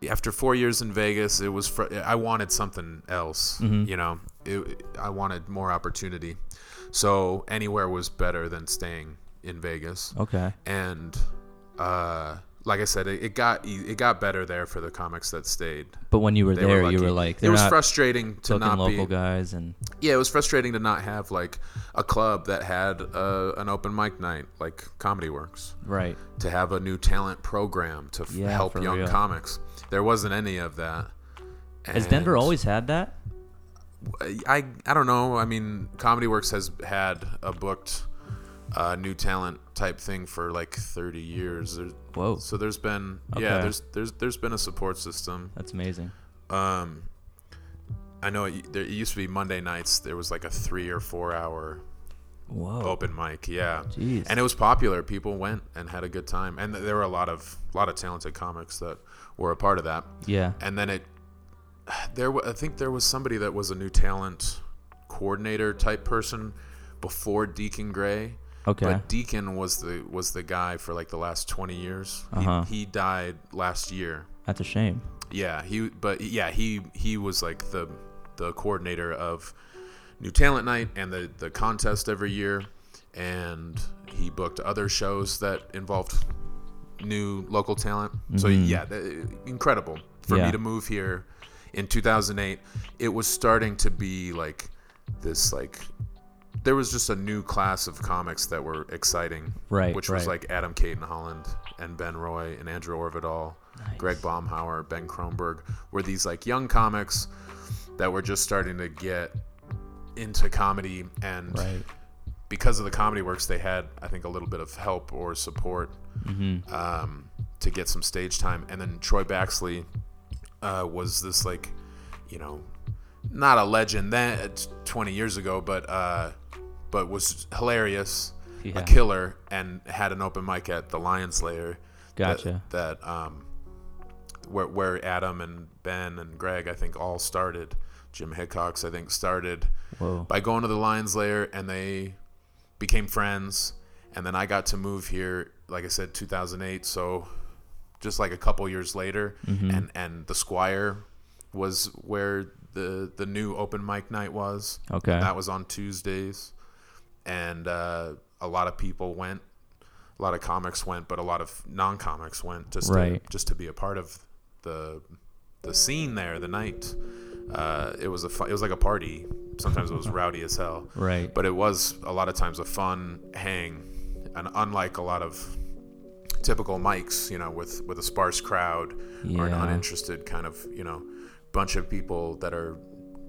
after four years in Vegas, it was fr- I wanted something else. Mhm. You know, it, I wanted more opportunity. So anywhere was better than staying in Vegas. Okay. And uh, like I said, it, it got e- it got better there for the comics that stayed. But when you were They there, were you were lucky. like, it they're was not frustrating to fucking not local be. guys, and Yeah, it was frustrating to not have like a club that had uh, an open mic night like Comedy Works right. to have a new talent program to f- Yeah, help for young real. comics. There wasn't any of that. Has Denver And always had that? I I don't know. I mean, Comedy Works has had a booked uh, new talent type thing for like 30 years. There's, Whoa. so there's been yeah, Okay. there's there's there's been a support system. That's amazing. Um, I know it, there it used to be Monday nights. There was like a three or four hour Whoa. open mic. Yeah, Jeez. Oh. and it was popular. People went and had a good time, and th- there were a lot of lot of talented comics that were a part of that. Yeah. And then it, there wa- I think there was somebody that was a new talent coordinator type person before Deacon Gray. Okay. But Deacon was the was the guy for like the last twenty years. Uh-huh. He, he died last year. That's a shame. Yeah, he but yeah, he he was like the the coordinator of New Talent Night and the the contest every year and he booked other shows that involved new local talent. So yeah, th- incredible for Yeah. me to move here in 2008. It was starting to be like this like there was just a new class of comics that were exciting, Right, Which was right. like Adam Caton Holland and Ben Roy and Andrew Orvidal, Greg Baumhauer, Ben Kronberg were these like young comics that were just starting to get into comedy and Right. because of the comedy works they had i think a little bit of help or support Mm-hmm. um, to get some stage time and then troy baxley uh, was this like you know not a legend then uh, 20 years ago but uh, but was hilarious Yeah. a killer and had an open mic at the lions lair that- Gotcha. that, um where, where adam and ben and greg i think all started jim hickox i think started Whoa. by going to the Lions Lair, and they became friends. And then I got to move here, like I said, 2008. So just like a couple years later, Mm-hmm. and and the Squire was where the the new open mic night was. Okay. that was on Tuesdays, and uh, a lot of people went. A lot of comics went, but a lot of non-comics went just Right. to, just to be a part of the the scene there the night uh, it was a fu- it was like a party. Sometimes it was rowdy as hell, Right. But it was a lot of times a fun hang, and unlike a lot of typical mics, you know, with with a sparse crowd or an Yeah. uninterested kind of you know bunch of people that are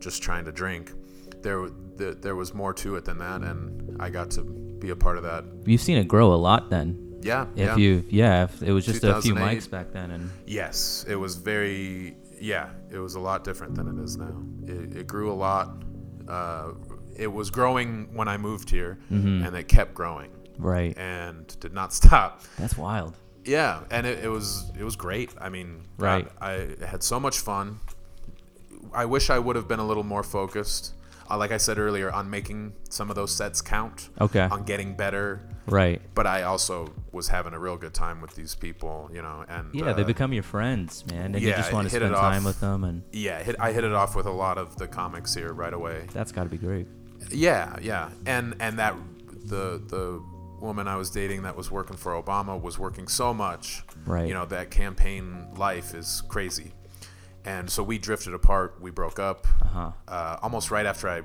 just trying to drink. There, w- th- there was more to it than that, and I got to be a part of that. You've seen it grow a lot then. Yeah, If yeah. you, yeah, if it was just a few 2008. mics back then, and Yes, it was very. Yeah, it was a lot different than it is now. It, it grew a lot. Uh, it was growing when I moved here, Mm-hmm. and it kept growing right. and did not stop. That's wild. Yeah, and it, it was it was great. I mean, Right. God, I had so much fun. I wish I would have been a little more focused. Uh, like I said earlier, on making some of those sets count. Okay. On getting better. Right. But I also was having a real good time with these people, you know, and Yeah, they uh, become your friends, man, and you yeah, just want to hit it spend time off. with them, and yeah. Hit, I hit it off with a lot of the comics here right away. that's got to be great. Yeah, yeah, and and that the the woman I was dating that was working for Obama was working so much, Right. You know that campaign life is crazy, and so we drifted apart. We broke up Uh-huh. uh, almost right after I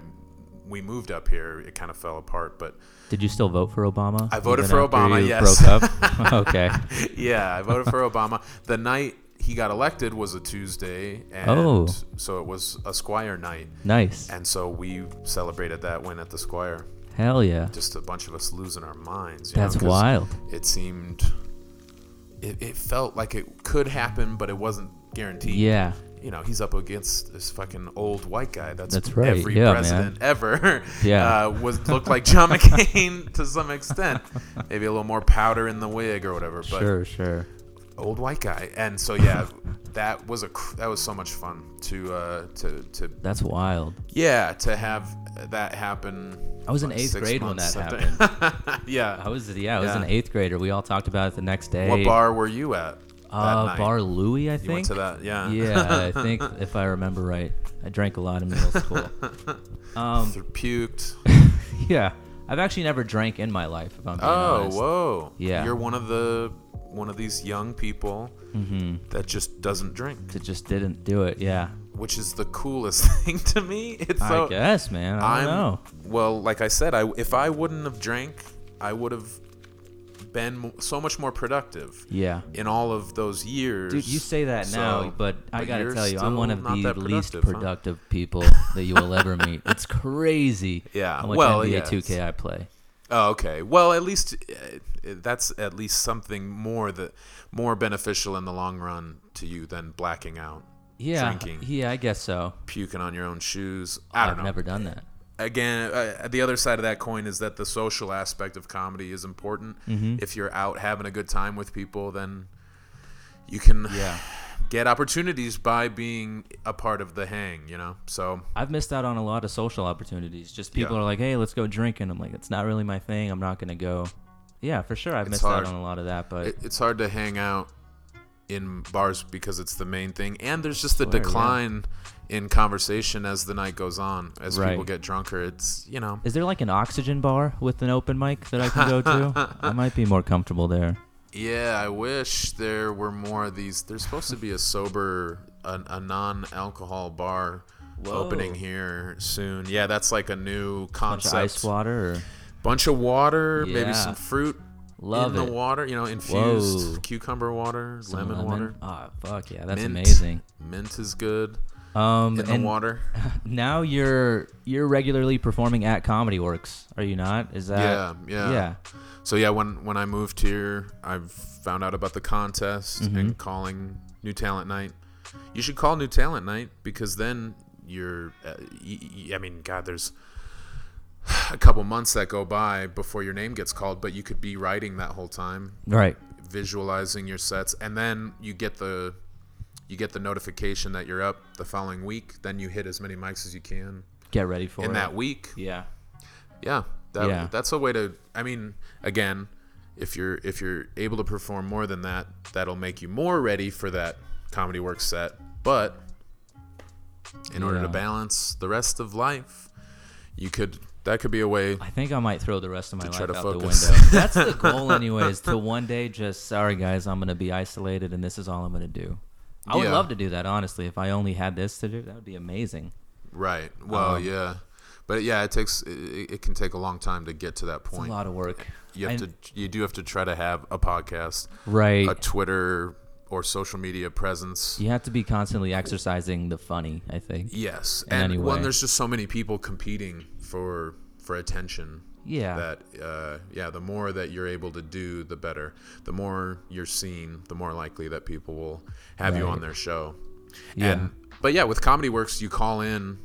we moved up here. It kind of fell apart, but Did you still vote for Obama? I voted even for after Obama, You yes. Broke up. okay. yeah, I voted for Obama. The night he got elected was a Tuesday, and Oh. so it was a Squire night, Nice. and so we celebrated that win at the Squire. Hell yeah. Just a bunch of us losing our minds. You know, That's 'cause- wild. it seemed it, it felt like it could happen but it wasn't guaranteed Yeah. you know he's up against this fucking old white guy that's, That's right, every yeah, man. president ever Yeah. uh, was looked like john mccain to some extent maybe a little more powder in the wig or whatever but Sure, sure. old white guy and so yeah that was a cr- that was so much fun to uh to to That's wild. yeah to have that happen I was in what, eighth six grade when months, that something. happened. yeah I was, yeah, I was Yeah. an eighth grader. We all talked about it the next day. what bar were you at that Uh, night? Bar Louie, I think. you went to that yeah yeah, I think if I remember right, I drank a lot in middle school. Um, They're puked. yeah, I've actually never drank in my life. If I'm being Oh, honest. whoa. Yeah. You're one of the one of these young people Mm-hmm. that just doesn't drink, It just didn't do it. Yeah, which is the coolest thing to me. It's so I guess, man. I I'm don't know. well, like I said, I if I wouldn't have drank, I would have been mo- so much more productive Yeah, in all of those years. dude, you say that So- now, but I gotta you're tell you, I'm one still of not the that least productive, huh? productive people that you will ever meet. It's crazy. Yeah, how much well, NBA yeah, 2K I play. Oh, okay. Well, at least uh, that's at least something more that more beneficial in the long run to you than blacking out, Yeah, drinking. yeah, I guess so. puking on your own shoes. I don't I've know. never done that. Again, uh, the other side of that coin is that the social aspect of comedy is important. Mm-hmm. If you're out having a good time with people, then you can Yeah. get opportunities by being a part of the hang. You know, so I've missed out on a lot of social opportunities. Just people Yeah. are like, "Hey, let's go drinking." I'm like, "It's not really my thing. I'm not gonna go." Yeah, for sure, I've It's missed hard. out on a lot of that, but it, it's hard to hang out in bars because it's the main thing and there's just the Swear, yeah. decline in conversation as the night goes on as Right. people get drunker it's you know is there like an oxygen bar with an open mic that I can go to? I might be more comfortable there. yeah i wish there were more of these there's supposed to be a sober a, a non-alcohol bar opening Whoa. here soon yeah that's like a new Bunch concept of ice water. Or... bunch of water Yeah. maybe some fruit Love in it. the water you know infused Whoa. cucumber water Some lemon, water Ah, fuck yeah, that's mint. amazing. mint is good Um, in and the water now you're you're regularly performing at Comedy Works, are you not? Is that Yeah, yeah. So yeah, when when I moved here, I found out about the contest and calling New Talent Night. You should call New Talent Night because then you're. Uh, y- y- I mean, God, there's a couple months that go by before your name gets called, but you could be writing that whole time, Right. visualizing your sets, and then you get the you get the notification that you're up the following week. Then you hit as many mics as you can Get ready for in it. that week. yeah. Yeah, that, Yeah. that's a way to. I mean, again, if you're if you're able to perform more than that, that'll make you more ready for that comedy work set. But in order Yeah. to balance the rest of life, you could that could be a way. I think I might throw the rest of my life try out to the window. focus. That's the goal, anyways. To one day, just sorry guys, I'm gonna be isolated, and this is all I'm gonna do. I would Yeah. love to do that, honestly. If I only had this to do, that would be amazing. Right. Well, Um, yeah. But yeah, it takes it, it can take a long time to get to that It's a point. lot of work, you have I- to you do have to try to have a podcast, right? a Twitter or social media presence. you have to be constantly exercising the funny. I think. Yes, in and any way. one there's just so many people competing for for attention. Yeah. That uh, yeah, the more that you're able to do, the better. The more you're seen, the more likely that people will have you Right. on their show. Yeah. And but yeah, with Comedy Works, you call in.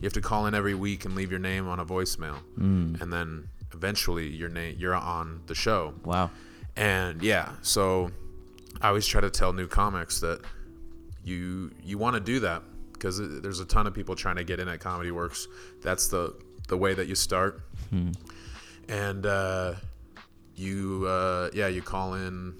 You have to call in every week and leave your name on a voicemail, Mm. and then eventually your name you're on the show. Wow. And yeah, so I always try to tell new comics that you you want to do that because there's a ton of people trying to get in at Comedy Works. That's the the way that you start, Hmm. and uh, you uh, yeah you call in.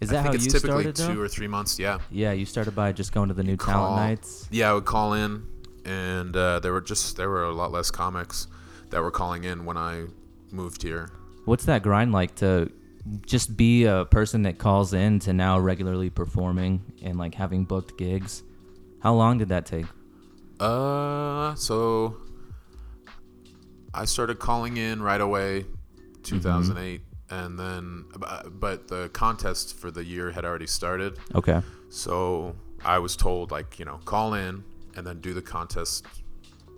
Is that I think how it's you typically started? two though? or three months. Yeah, yeah, you started by just going to the new talent call- nights. Yeah, I would call in, and uh, there were just there were a lot less comics that were calling in when I moved here. What's that grind like to just be a person that calls in to now regularly performing and like having booked gigs? How long did that take? Uh, so I started calling in right away, 2008, and then bu- but the contest for the year had already started. Okay. So I was told like you know call in and then do the contest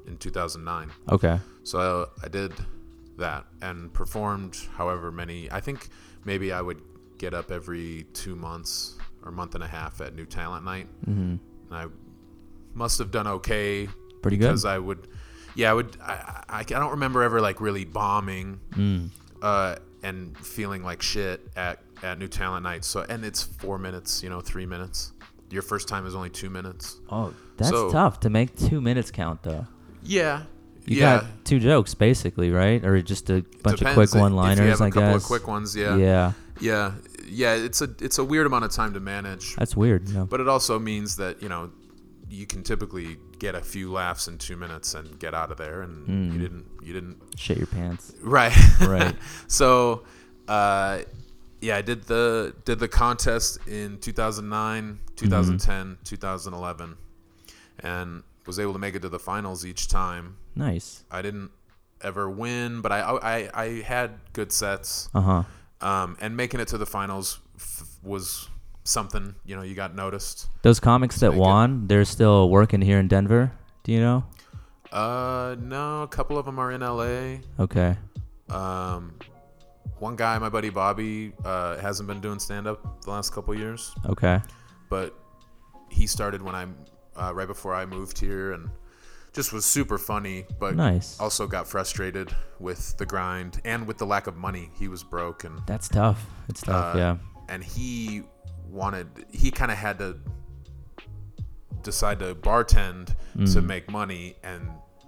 in 2009. Okay. So I, I did that and performed however many. I think maybe I would get up every two months or month and a half at New Talent Night, mm-hmm. and I must have done okay Pretty good. because I would, yeah, I would. I, I, I don't remember ever like really bombing Mm. uh, and feeling like shit at at New Talent Night. So and it's four minutes, you know, three minutes. Your first time is only two minutes. oh, that's so- tough to make two minutes count though. Yeah. You yeah. got two jokes basically, right? Or just a bunch of Depends quick if- one-liners, If you have a I couple guess. of quick ones, yeah. Yeah, yeah, it's a it's a weird amount of time to manage, That's weird. No. but it also means that you know you can typically get a few laughs in two minutes and get out of there, and you didn't you didn't Shit your pants. right Right. so, uh, yeah, I did the did the contest in 2009, 2010, 2011, and was able to make it to the finals each time. Nice. I didn't ever win, but I I, I had good sets Uh huh. um, and making it to the finals f- was something you know you got noticed Those comics that make it. won, they're still working here in Denver. Do you know? uh no a couple of them are in la Okay. um one guy my buddy bobby uh hasn't been doing stand-up the last couple years Okay. but he started when i uh, right before i moved here and just was super funny but Nice. also got frustrated with the grind and with the lack of money he was broke and That's tough. It's tough. Uh, yeah. and he wanted he kind of had to decide to bartend to make money and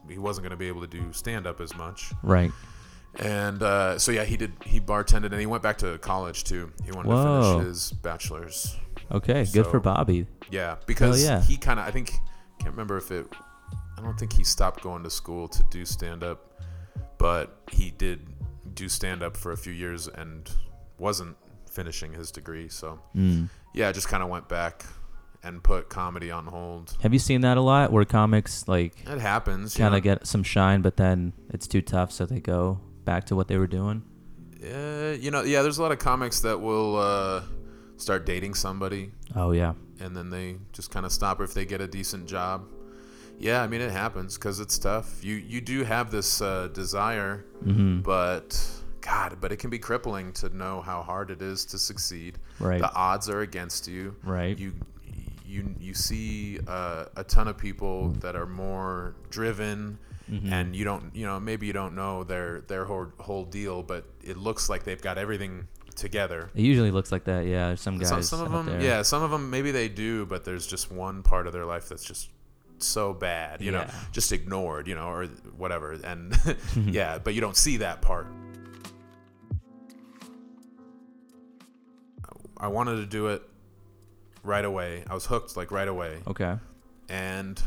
he wasn't going to be able to do stand up as much Right. and uh, so yeah he did he bartended and he went back to college too he wanted to Whoa. finish his bachelor's Okay. Good for So- Bobby. yeah because yeah. he kind of i think can't remember if it i don't think he stopped going to school to do stand up but he did do stand up for a few years and wasn't finishing his degree so Mm. yeah just kind of went back and put comedy on hold Have you seen that a lot where comics like it happens you kind know. of get some shine, but then it's too tough, so they go back to what they were doing? Uh, you know yeah there's a lot of comics that will uh, start dating somebody Oh, yeah. and then they just kind of stop or if they get a decent job yeah i mean it happens because it's tough you you do have this uh, desire Mm-hmm. but god but it can be crippling to know how hard it is to succeed Right. the odds are against you Right. you you you see uh, a ton of people that are more driven Mm-hmm. and you don't you know maybe you don't know their their whole, whole deal but it looks like they've got everything together It usually looks like that. Yeah. There's some guys. some, some of out them there. yeah some of them maybe they do but there's just one part of their life that's just so bad you know Yeah. just ignored you know or whatever and yeah but you don't see that part i wanted to do it right away i was hooked like right away Okay. and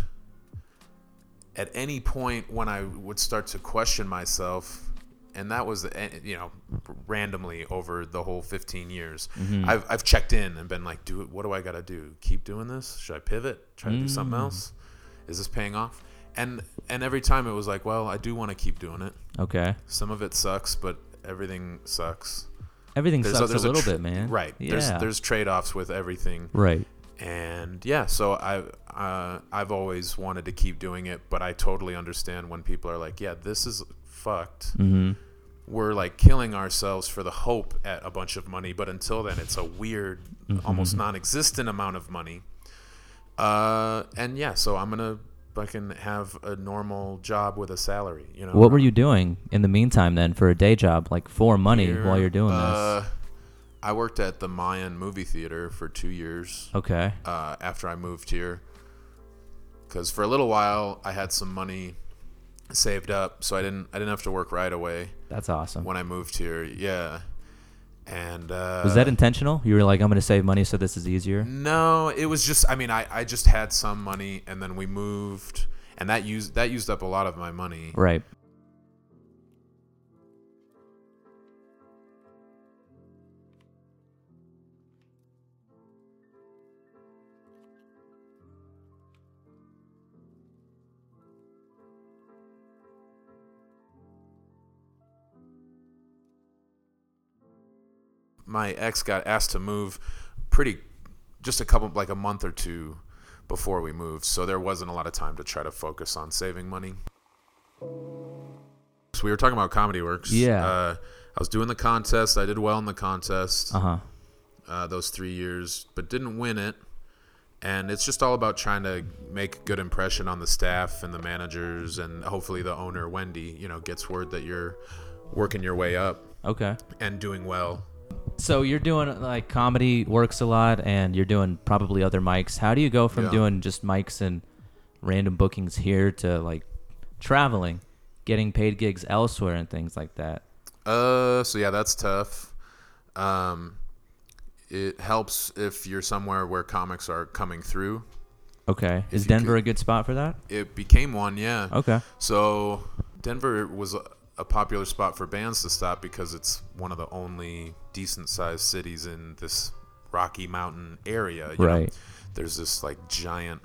at any point when I would start to question myself, and that was eh, you know randomly over the whole 15 years, Mm-hmm. I've I've checked in and been like, do it. What do I got to do? Keep doing this? Should I pivot? Try to do something Mm. else? Is this paying off? And and every time it was like, well, I do want to keep doing it. Okay. Some of it sucks, but everything sucks. Everything There's sucks a, little tr- bit, man. Right. Yeah. There's there's trade-offs with everything right. and yeah so i uh, i've always wanted to keep doing it but i totally understand when people are like yeah this is fucked Mm-hmm. we're like killing ourselves for the hope at a bunch of money but until then it's a weird Mm-hmm. almost non-existent amount of money uh and yeah so i'm gonna fucking have a normal job with a salary you know What were you doing in the meantime then for a day job, like for money Here, while you're doing uh, i worked at the mayan movie theater for two years this? Okay. uh, after I moved here. because for a little while I had some money saved up, so I didn't I didn't have to work right away That's awesome. when I moved here. Yeah, and uh, Mm. Was that intentional? You were like, I'm going to save money so this is easier. No, it was just I mean I, I just had some money and then we moved and that used that used up a lot of my money. Right. My ex got asked to move pretty just a couple like a month or two before we moved, so there wasn't a lot of time to try to focus on saving money. So we were talking about Comedy Works. Yeah. Uh, I was doing the contest. I did well in the contest. Uh huh. uh, those three years, but didn't win it. And it's just all about trying to make a good impression on the staff and the managers, and hopefully the owner Wendy, you know, gets word that you're working your way up Okay. and doing well. So you're doing like comedy works a lot, and you're doing probably other mics. How do you go from Yeah. doing just mics and random bookings here to like traveling, getting paid gigs elsewhere, and things like that? Uh, so yeah, that's tough. Um, it helps if you're somewhere where comics are coming through. Okay. Is you Denver could- a good spot for that? It became one, yeah. Okay. So Denver was a- a popular spot for bands to stop because it's one of the only decent sized cities in this Rocky Mountain area. you know. Right. There's this like giant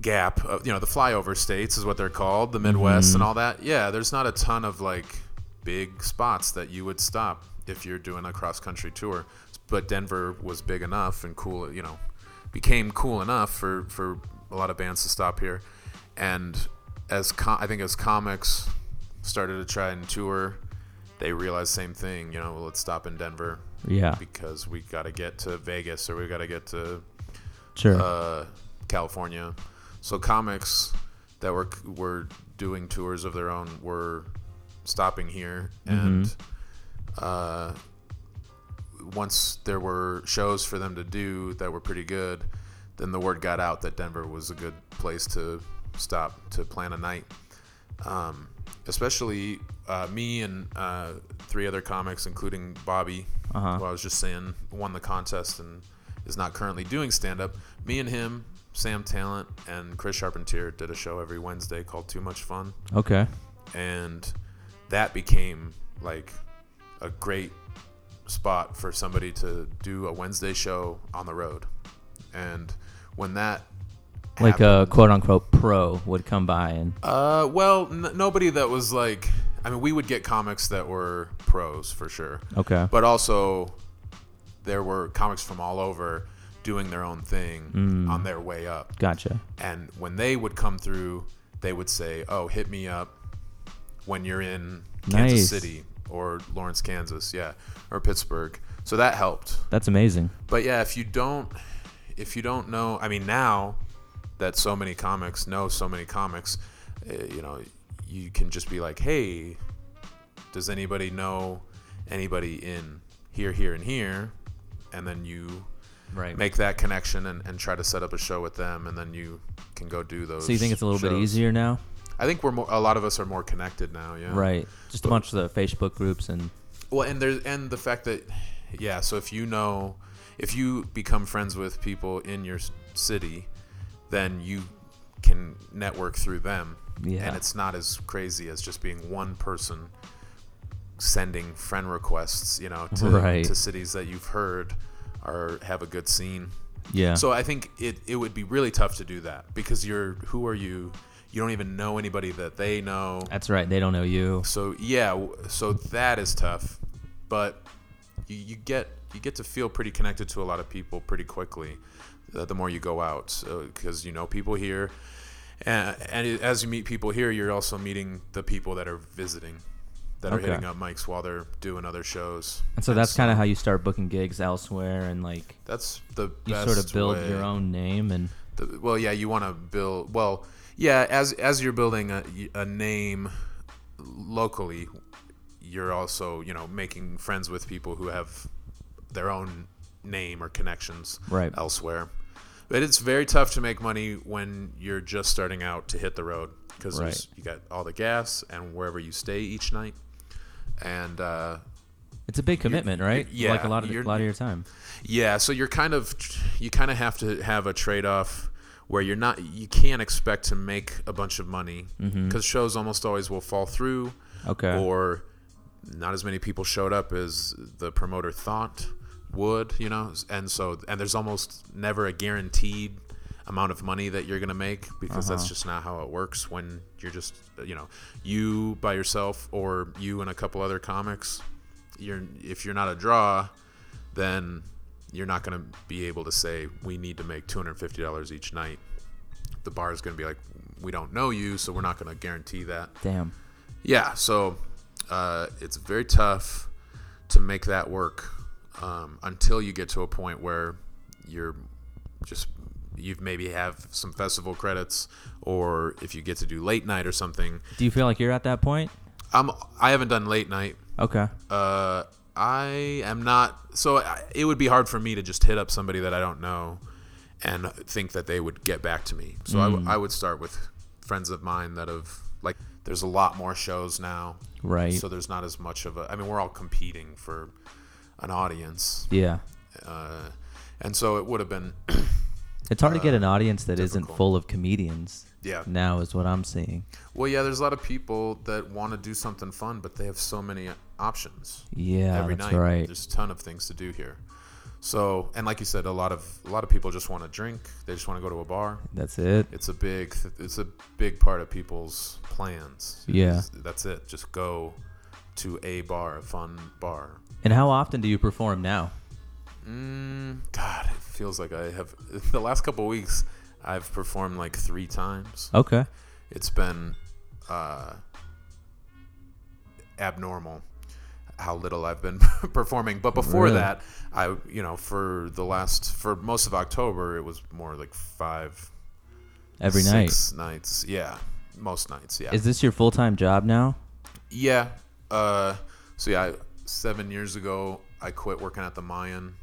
gap of, you know, the flyover states is what they're called, the Midwest and all that. Yeah, there's not a ton of like big spots that you would stop if you're doing a cross country tour. But Denver was big enough and cool, you know, became cool enough for for a lot of bands to stop here. And as com- I think as comics started to try and tour, they realized same thing, you know, well, let's stop in Denver Yeah. because we got to get to Vegas or we got to get to Sure. uh, California. So comics that were were doing tours of their own were stopping here, and uh, once there were shows for them to do that were pretty good, then the word got out that Denver was a good place to stop to plan a night. Um, especially uh, me and uh, three other comics, including Bobby, Uh-huh. who I was just saying won the contest and is not currently doing stand up. Me and him, Sam Talent, and Chris Charpentier did a show every Wednesday called Too Much Fun okay. and that became like a great spot for somebody to do a Wednesday show on the road. And when that Like a happened- quote unquote pro would come by and uh, well, n- nobody that was like, I mean, we would get comics that were pros for sure. okay. But also, there were comics from all over doing their own thing Mm. on their way up. Gotcha. And when they would come through, they would say, "Oh, hit me up when you're in Kansas Nice. City or Lawrence, Kansas, yeah, or Pittsburgh." So that helped. That's amazing. But yeah, if you don't if you don't know, I mean now that so many comics know so many comics, uh, you know, you can just be like, "Hey, does anybody know anybody in here, here, and here?" And then you Right. make that connection and, and try to set up a show with them and then you can go do those so you think it's a little bit shows. easier now? i think we're more, a lot of us are more connected now yeah Right. Just a bunch of the Facebook groups and well and there's and the fact that yeah so if you know if you become friends with people in your s- city then you can network through them Yeah. and it's not as crazy as just being one person sending friend requests you know to, Right. to cities that you've heard or have a good scene yeah. So I think it, it would be really tough to do that because you're who are you? You don't even know anybody that they know. That's right. They don't know you. So yeah, w- so that is tough, but you, you get you get to feel pretty connected to a lot of people pretty quickly. Uh, the more you go out, because you know people here, and, and it- as you meet people here, you're also meeting the people that are visiting, that Okay. are hitting up mics while they're doing other shows. And so that's kind of how you start booking gigs elsewhere and like that's the you best sort of build way. your own name and The, well, yeah, you want to build. Well, yeah, as as you're building a, a name locally, you're also you know making friends with people who have their own name or connections Right. elsewhere. But it's very tough to make money when you're just starting out to hit the road because Right. you got all the gas and wherever you stay each night. And uh, It's a big commitment, right? yeah, like a lot of a you're- lot of your time. yeah, so you're kind of you kind of have to have a trade off where you're not you can't expect to make a bunch of money because shows almost always will fall through Okay. or not as many people showed up as the promoter thought would, you know, and so and there's almost never a guaranteed amount of money that you're gonna make because that's just not how it works when you're just you know you by yourself or you and a couple other comics you're if you're not a draw then you're not going to be able to say we need to make $250 each night the bar is going to be like we don't know you so we're not going to guarantee that Damn. yeah, so uh, it's very tough to make that work um, until you get to a point where you're just you've maybe have some festival credits or if you get to do late night or something. Do you feel like you're at that point? I'm I haven't done late night. Okay. Uh, I am not so I, it would be hard for me to just hit up somebody that I don't know and think that they would get back to me. So I w I I would start with friends of mine that have like there's a lot more shows now Right. so there's not as much of a i mean we're all competing for an audience yeah. uh, and so it would have been It's hard to get an audience that not Uh, difficult. full of comedians. Yeah. Now is what I'm seeing. well yeah there's a lot of people that want to do something fun but they have so many options Yeah, every that's night right. there's a ton of things to do here so and like you said a lot of a lot of people just want to drink they just want to go to a bar That's it. it's a big it's a big part of people's plans Yeah. It's- that's it just go to a bar a fun bar And how often do you perform now? Mm, God, it feels like I have. The last couple weeks, I've performed like three times. Okay. It's been uh, abnormal how little I've been performing. But before Really? that, I, you know, for the last, for most of October, it was more like five, Every six nights. Yeah. Most nights. Yeah. night. Is this your full time job now? Yeah. Uh, so yeah, I, seven years ago, I quit working at the Mayan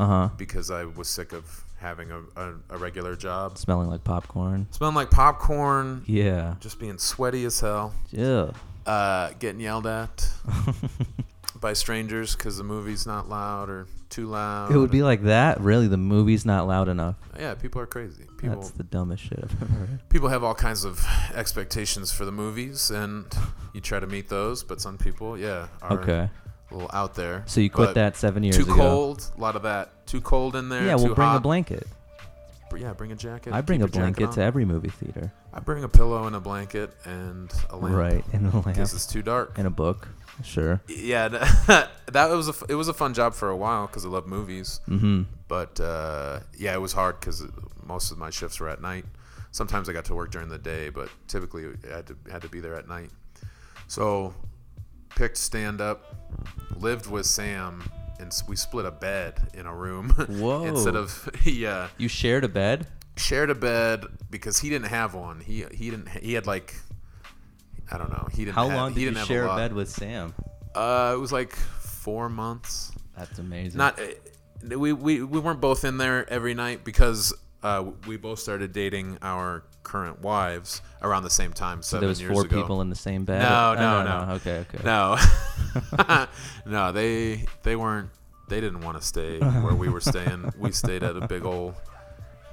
Uh huh. because I was sick of having a, a, a regular job. Smelling like popcorn. Smelling like popcorn, Yeah. just being sweaty as hell, Yeah. uh, getting yelled at by strangers because the movie's not loud or too loud. Uh, It would be like that. Really, the movie's not loud enough. yeah, people are crazy. People That's the dumbest shit I've ever heard. people have all kinds of expectations for the movies, and you try to meet those, but some people, yeah, are Okay. a little out there. So you quit But that seven years Too ago. cold, a lot of that. Too cold in there. Yeah, too we'll bring hot. a blanket. Yeah, bring a jacket. I bring keep a your jacket blanket on. to every movie theater. I bring a pillow and a blanket and a lamp. Right. And a lamp. Because it's too dark. And a book. Sure. yeah, th- that was a f- it was a fun job for a while because I love movies. Mm-hmm. But uh, yeah, it was hard because most of my shifts were at night. Sometimes I got to work during the day, but typically I had to had to be there at night. So picked stand up, lived with Sam, and s- we split a bed in a room Whoa. instead of yeah You shared a bed? shared a bed because he didn't have one. He he didn't he had like I don't know he didn't How have, long he did you didn't have share a, a lot. bed with Sam? Uh, it was like four months. That's amazing. Not uh, we, we we weren't both in there every night because uh, we both started dating our current wives around the same time. Seven there was years four ago. people in the same bed. No, Oh, no, no, Okay, okay. No, no, they they weren't. They didn't want to stay where we were staying. we stayed at a big old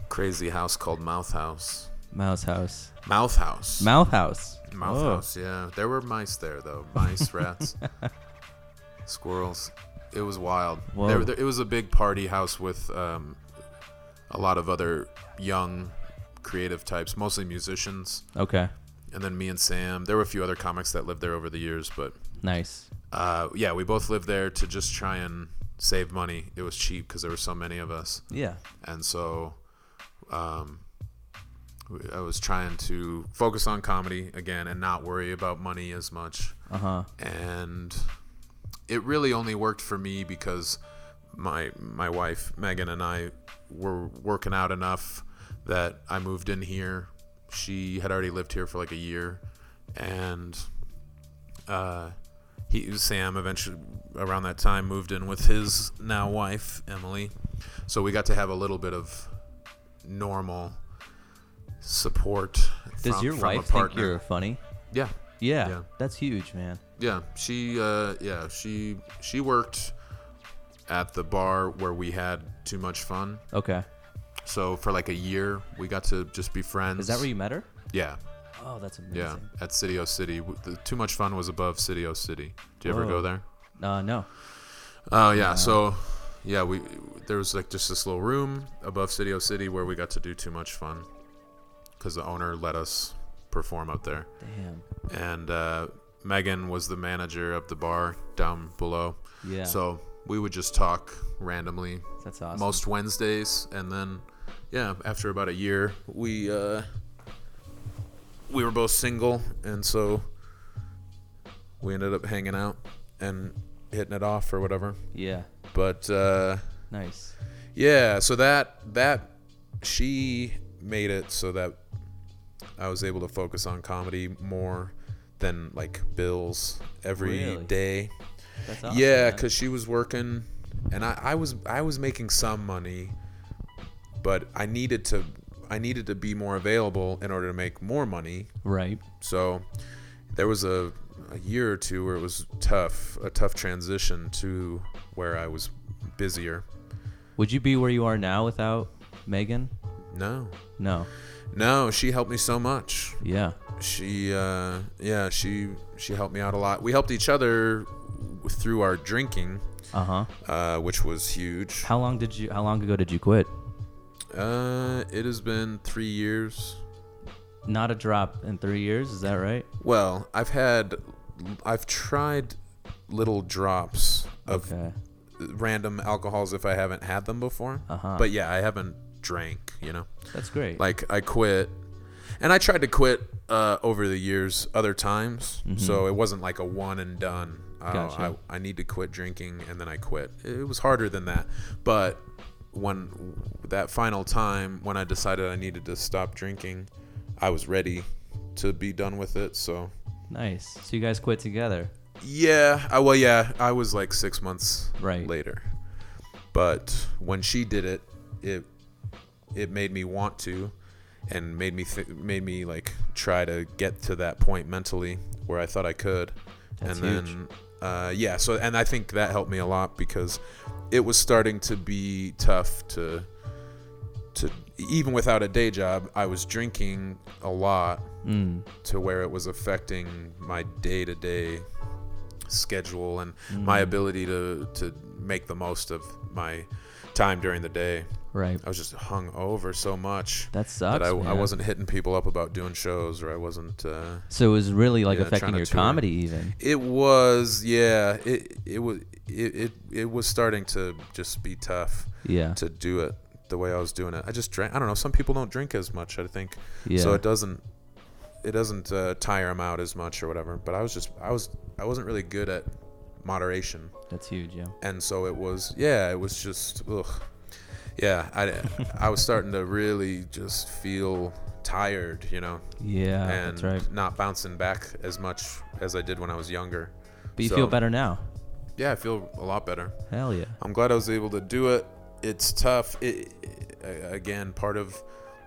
crazy house called Mouth House. Mouse house. Mouth House. Mouth house. Mouth Oh. house, yeah. There were mice there though, mice, rats, squirrels. It was wild. Whoa. There, there, it was a big party house with um, a lot of other young, creative types, mostly musicians. Okay. And then me and Sam. There were a few other comics that lived there over the years, but Nice. uh, yeah, we both lived there to just try and save money. It was cheap because there were so many of us Yeah. and so um, w- I was trying to focus on comedy again and not worry about money as much. Uh huh. And it really only worked for me because my my wife Megan and I were working out enough that I moved in here. She had already lived here for like a year, and uh, he Sam eventually around that time moved in with his now wife Emily, so we got to have a little bit of normal support. Does from- your from a wife think partner. you're funny? Yeah, Yeah, Yeah. that's huge, man. yeah. She, uh, yeah, she, she worked at the bar where we had too much fun. Okay, So for like a year, we got to just be friends. is that where you met her? Yeah, Oh, that's amazing. yeah. At City O City, W- the too much fun was above City O City. Do you ever Whoa. go there? Uh, no. Oh yeah. So yeah, we there was like just this little room above City O City where we got to do too much fun because the owner let us perform up there, Damn. and uh, Megan was the manager of the bar down below. Yeah. So we would just talk randomly that's awesome. most Wednesdays, and then yeah, after about a year, we uh, we were both single, and so we ended up hanging out and hitting it off or whatever. yeah. But uh, Nice. yeah, so that that she made it so that I was able to focus on comedy more than like bills every day. Really? That's awesome. Yeah, man. because she was working, and I, I was I was making some money, but I needed to I needed to be more available in order to make more money. right. So there was a, a year or two where it was tough, a tough transition to where I was busier. Would you be where you are now without Megan? No, No. no, she helped me so much. Yeah. she uh yeah she she helped me out a lot we helped each other through our drinking Uh huh. uh which was huge How long did you? How long ago did you quit? uh it has been three years Not a drop in three years. Is that right? well i've had i've tried little drops of Okay. random alcohols if i haven't had them before Uh-huh. but yeah i haven't drank you know That's great. like i quit and i tried to quit uh, over the years other times so it wasn't like a one and done I, Mm-hmm. Gotcha. I, I need to quit drinking and then i quit it was harder than that but when that final time when i decided i needed to stop drinking i was ready to be done with it so nice. So you guys quit together. yeah I, well yeah i was like six months Right. later but when she did it it it made me want to and made me th- made me like try to get to that point mentally where I thought I could That's and huge. then uh, yeah so and I think that helped me a lot because it was starting to be tough to to even without a day job I was drinking a lot Mm. to where it was affecting my day-to-day schedule and Mm. my ability to to make the most of my time during the day Right. I was just hung over so much That sucks. that I, I man. wasn't hitting people up about doing shows or I wasn't. Uh, So it was really like Yeah, trying affecting to your tour. comedy even. it was yeah. It it was it, it it was starting to just be tough Yeah. to do it the way I was doing it. I just drank. I don't know. Some people don't drink as much. I think. Yeah. So it doesn't it doesn't uh, tire them out as much or whatever. But I was just I was I wasn't really good at moderation. That's huge. Yeah. and so it was yeah it was just ugh. yeah i i was starting to really just feel tired you know Yeah. and Oh, that's right. not bouncing back as much as i did when i was younger But you so- feel better now. yeah i feel a lot better Hell yeah. i'm glad i was able to do it it's tough it, a- again part of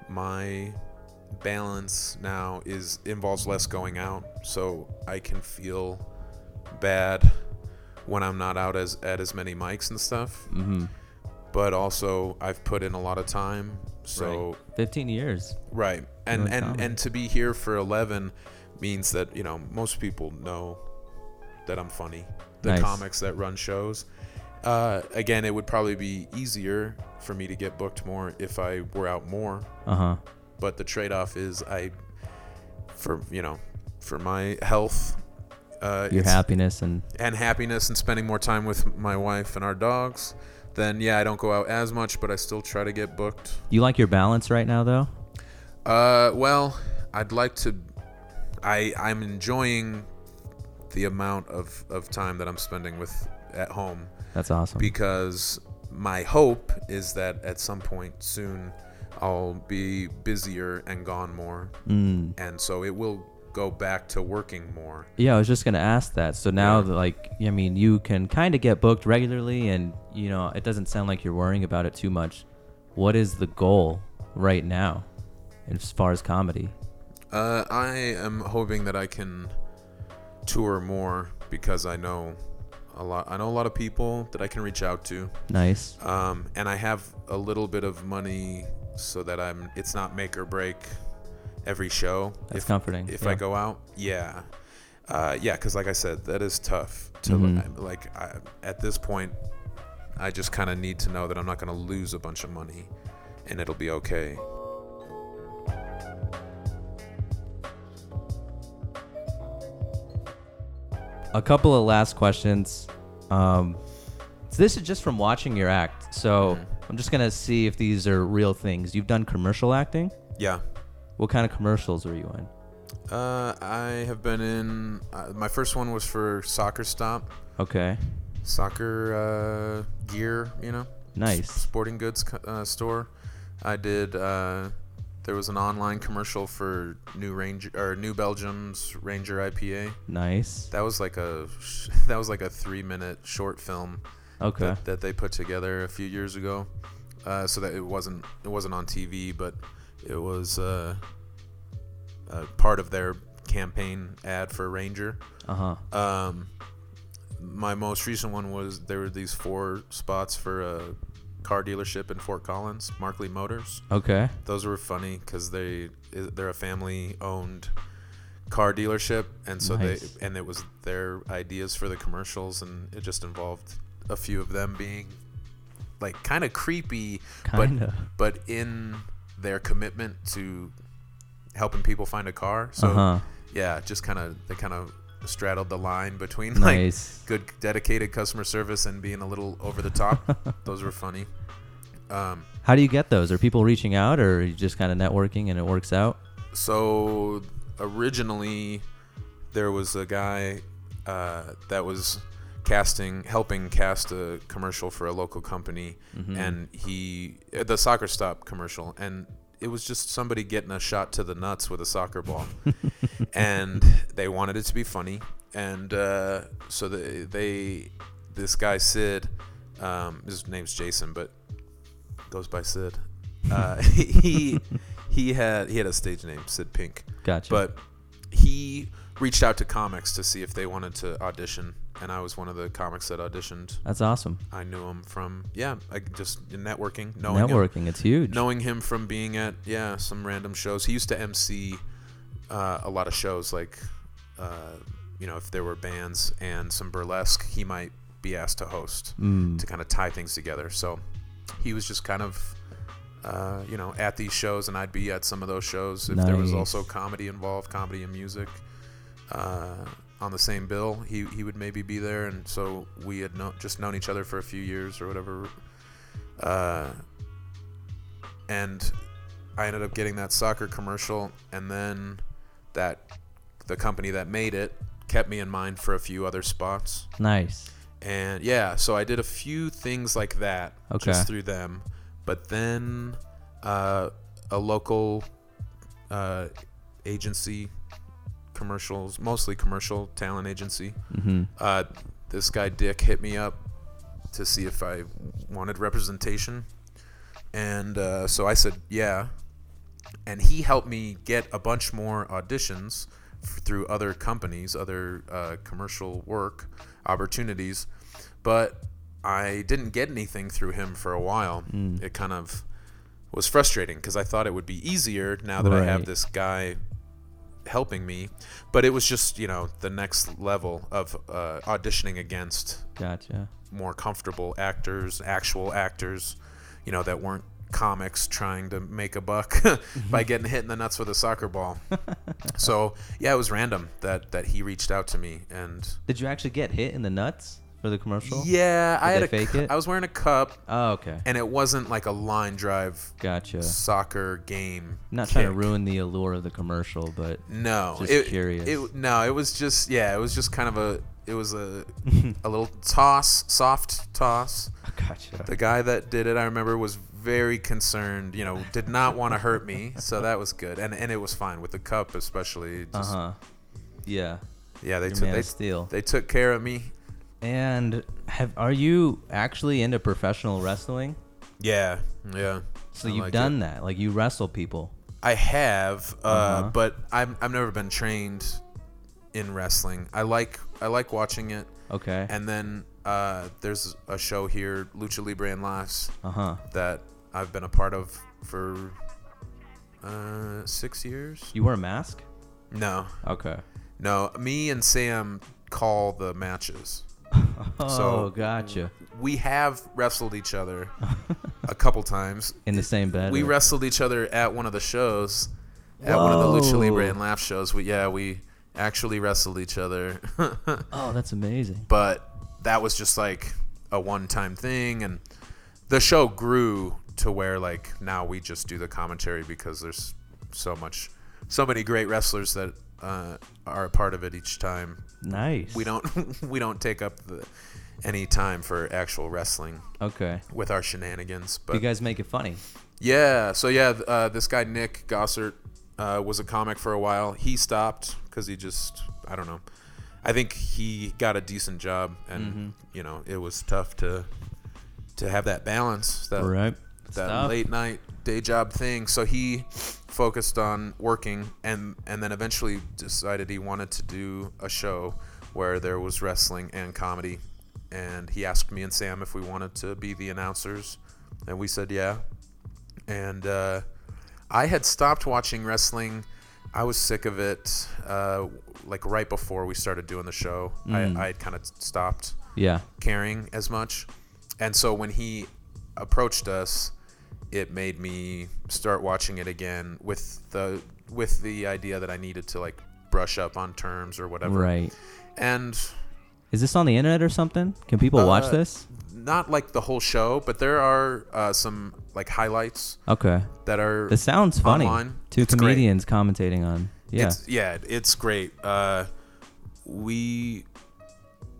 my balance now is involves less going out so i can feel bad when i'm not out as at as many mics and stuff Mm-hmm. but also I've put in a lot of time. So Fifteen years. right, and Doing and comedy. and to be here for eleven means that you know most people know that I'm funny. The Nice. comics that run shows. Uh, again, it would probably be easier for me to get booked more if I were out more. Uh huh. But the trade-off is I, for you know, for my health. Uh, Your it's- happiness and and happiness and spending more time with my wife and our dogs, then yeah, I don't go out as much, but I still try to get booked. you like your balance right now though. Uh, well, I'd like to. I I'm enjoying the amount of of time that I'm spending with at home That's awesome. because my hope is that at some point soon I'll be busier and gone more, mm. and so it will go back to working more. Yeah, I was just gonna ask that. So now, Yeah. that like, I mean, you can kind of get booked regularly, and you know, it doesn't sound like you're worrying about it too much. What is the goal right now, as far as comedy? Uh, I am hoping that I can tour more because I know a lot. I know a lot of people that I can reach out to, Nice. um, and I have a little bit of money so that I'm. It's not make or break every show. That's if, comforting, If yeah. I go out, yeah, uh, yeah, because like I said, that is tough. To Mm-hmm. like, I, at this point, I just kind of need to know that I'm not going to lose a bunch of money, and it'll be okay. a couple of last questions. Um, so this is just from watching your act. So Mm-hmm. I'm just gonna see if these are real things. You've done commercial acting. Yeah. What kind of commercials were you in? Uh, I have been in. Uh, my first one was for Soccer Stop, Okay, soccer uh, gear, you know, nice. sporting goods co- uh, store. I did. Uh, there was an online commercial for New Ranger or New Belgium's Ranger IPA. Nice. That was like a sh- that was like a three minute short film Okay. that, that they put together a few years ago. Uh, so that it wasn't it wasn't on TV, but it was uh, uh, part of their campaign ad for Ranger. Uh huh. Um, my most recent one was there were these four spots for a car dealership in Fort Collins, Markley Motors. Okay. Those were funny because they they're a family owned car dealership, and so Nice. they and it was their ideas for the commercials, and it just involved a few of them being like kind of creepy, Kinda. but but in their commitment to helping people find a car. So Uh huh. yeah, just kind of they kind of straddled the line between Nice. like good dedicated customer service and being a little over the top. Those were funny. Um, How do you get those? Are people reaching out, or are you just kind of networking and it works out? so originally there was a guy uh, that was casting helping cast a commercial for a local company and he uh, the soccer stop commercial and it was just somebody getting a shot to the nuts with a soccer ball and they wanted it to be funny and uh, so they, they this guy sid um, his name's jason but goes by sid uh, he he had he had a stage name sid pink Gotcha. but he reached out to comics to see if they wanted to audition, and I was one of the comics that auditioned. that's awesome. I knew him from yeah, I just networking, knowing him, Networking, it's huge. knowing him from being at yeah some random shows. He used to MC uh, a lot of shows, like uh, you know if there were bands and some burlesque, he might be asked to host to kind of tie things together. So he was just kind of. Uh, you know, at these shows, and I'd be at some of those shows if there was Nice. also comedy involved, comedy and music uh, on the same bill. He he would maybe be there, and so we had no, just known each other for a few years or whatever. Uh, and I ended up getting that soccer commercial, and then that the company that made it kept me in mind for a few other spots. Nice. And yeah, so I did a few things like that Okay. just through them. But then uh, a local uh, agency, commercials, mostly commercial talent agency. Uh, this guy Dick hit me up to see if I wanted representation. And uh, so I said, yeah. And he helped me get a bunch more auditions f- through other companies, other uh, commercial work opportunities. But I didn't get anything through him for a while. It kind of was frustrating because I thought it would be easier now that I have Right. this guy helping me. But it was just, you know, the next level of uh, auditioning against Gotcha. more comfortable actors, actual actors, you know, that weren't comics trying to make a buck by getting hit in the nuts with a soccer ball. so yeah, it was random that that he reached out to me, and Did you actually get hit in the nuts for the commercial? yeah, I Did had they a cu- fake it? I was wearing a cup, Oh, okay. and it wasn't like a line drive Gotcha. soccer game. I'm not trying to kick. ruin the allure of the commercial, but No, Just it, curious. It, no, it was just yeah, it was just kind of a it was a a little toss, soft toss. gotcha. The guy that did it, I remember, was very concerned. You know, did not want to hurt me, so that was good, and and it was fine with the cup, especially. Uh Just, huh. Yeah. Yeah, they Your took man they, of steel. they took care of me. And have are you actually into professional wrestling? Yeah, yeah. So I you've like done it. that. Like you wrestle people. I have, uh, Uh-huh. but I'm, I've never been trained in wrestling. I like I like watching it, Okay. and then uh, there's a show here, Lucha Libre and Laughs, Uh Uh-huh. huh. that I've been a part of for uh, six years. You wear a mask? No, Okay. no, me and Sam call the matches. Oh, So- gotcha. We have wrestled each other a couple times. In the same bed. We or- wrestled each other at one of the shows, at one of the Lucha Libre Whoa. and Laugh shows. We, yeah, we actually wrestled each other. Oh, that's amazing. but that was just like a one-time thing and the show grew to where like now we just do the commentary because there's so much so many great wrestlers that uh, are a part of it each time Nice. we don't we don't take up the, any time for actual wrestling Okay. with our shenanigans but You guys make it funny. yeah. So yeah, th- uh, this guy Nick Gossert uh, was a comic for a while. He stopped because he just I don't know. I think he got a decent job, and you know it was tough to to have that balance that that tough. late night day job thing. So he focused on working, and and then eventually decided he wanted to do a show where there was wrestling and comedy. And he asked me and Sam if we wanted to be the announcers, and we said yeah and uh, I had stopped watching wrestling. I was sick of it, uh, like right before we started doing the show. I, I had kind of stopped Yeah. caring as much, and so when he approached us, it made me start watching it again with the with the idea that I needed to like brush up on terms or whatever. Right. And Is this on the internet or something? Can people watch Uh, this? not like the whole show, but there are uh, some like highlights Okay. that are. This sounds funny. online. Two It's great. comedians commentating on. Yeah. It's, yeah, it's great. Uh, we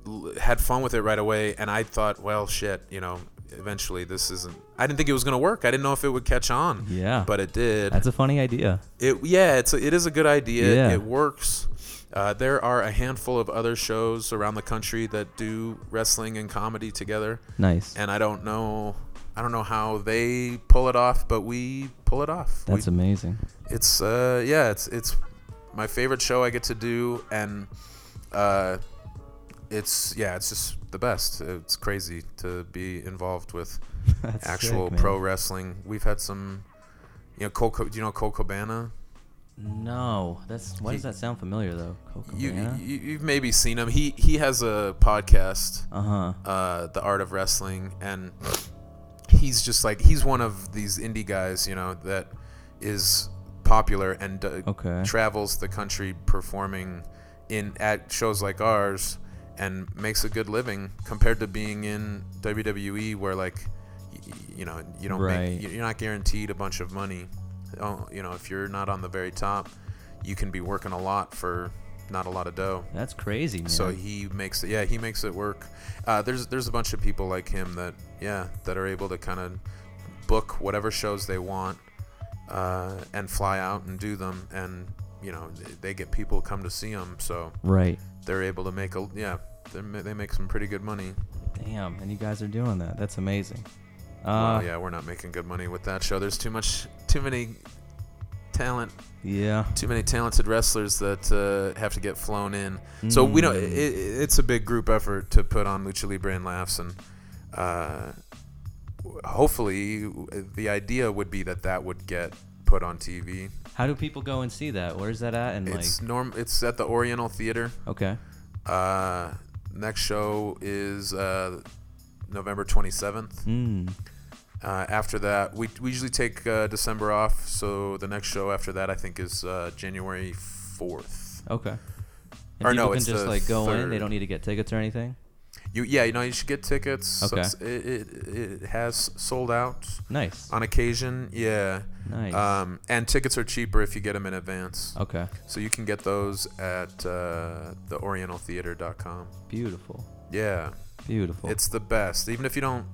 l- had fun with it right away, and I thought, well, shit, you know, eventually this isn't. I didn't think it was gonna work. I didn't know if it would catch on. Yeah. but it did. That's a funny idea. it yeah, it's a, it is a good idea. Yeah. It works. Uh, there are a handful of other shows around the country that do wrestling and comedy together, Nice. and I don't know. I don't know how they pull it off, but we pull it off. We That's amazing. it's uh yeah it's it's my favorite show i get to do and uh it's yeah it's just the best it's crazy to be involved with That's actual sick, man. pro wrestling we've had some you know Cole, Co- do you know Cole Cabana? No, that's why does that sound familiar though? You, you you've maybe seen him. He he has a podcast, uh huh. uh, The Art of Wrestling, and he's just like he's one of these indie guys, you know, that is popular and uh, Okay. travels the country performing in at shows like ours and makes a good living compared to being in WWE where like y- y- you know you don't Right. make, you- you're not guaranteed a bunch of money oh, you know if you're not on the very top you can be working a lot for not a lot of dough That's crazy, man. so he makes it yeah he makes it work uh, there's there's a bunch of people like him that yeah that are able to kind of book whatever shows they want uh, and fly out and do them and you know they- they get people come to see them so right. they're able to make a yeah they're ma- they make some pretty good money Damn, and you guys are doing that. That's amazing. Uh, well, yeah we're not making good money with that show there's too much too many talent yeah. too many talented wrestlers that uh, have to get flown in. So we don't. It, it- it's a big group effort to put on Lucha Libre and laughs, and uh, w- hopefully uh, the idea would be that that would get put on TV. How do people go and see that? Where's that at? And like, It's norm. It's at the Oriental Theater. okay, Uh, next show is uh, November twenty seventh. mm, Uh, after that, we, we usually take uh, December off. So the next show after that, I think, is uh, January fourth. okay. And Or people no, can it's just the like go in. They third. don't need to get tickets or anything. You yeah, you know you should get tickets. Okay. So it's- it, it, it has sold out Nice. on occasion. Yeah. Nice. Oh. Um, and tickets are cheaper if you get them in advance. okay. So you can get those at uh, theorientaltheater.com. Beautiful. Yeah, Beautiful. it's the best. Even if you don't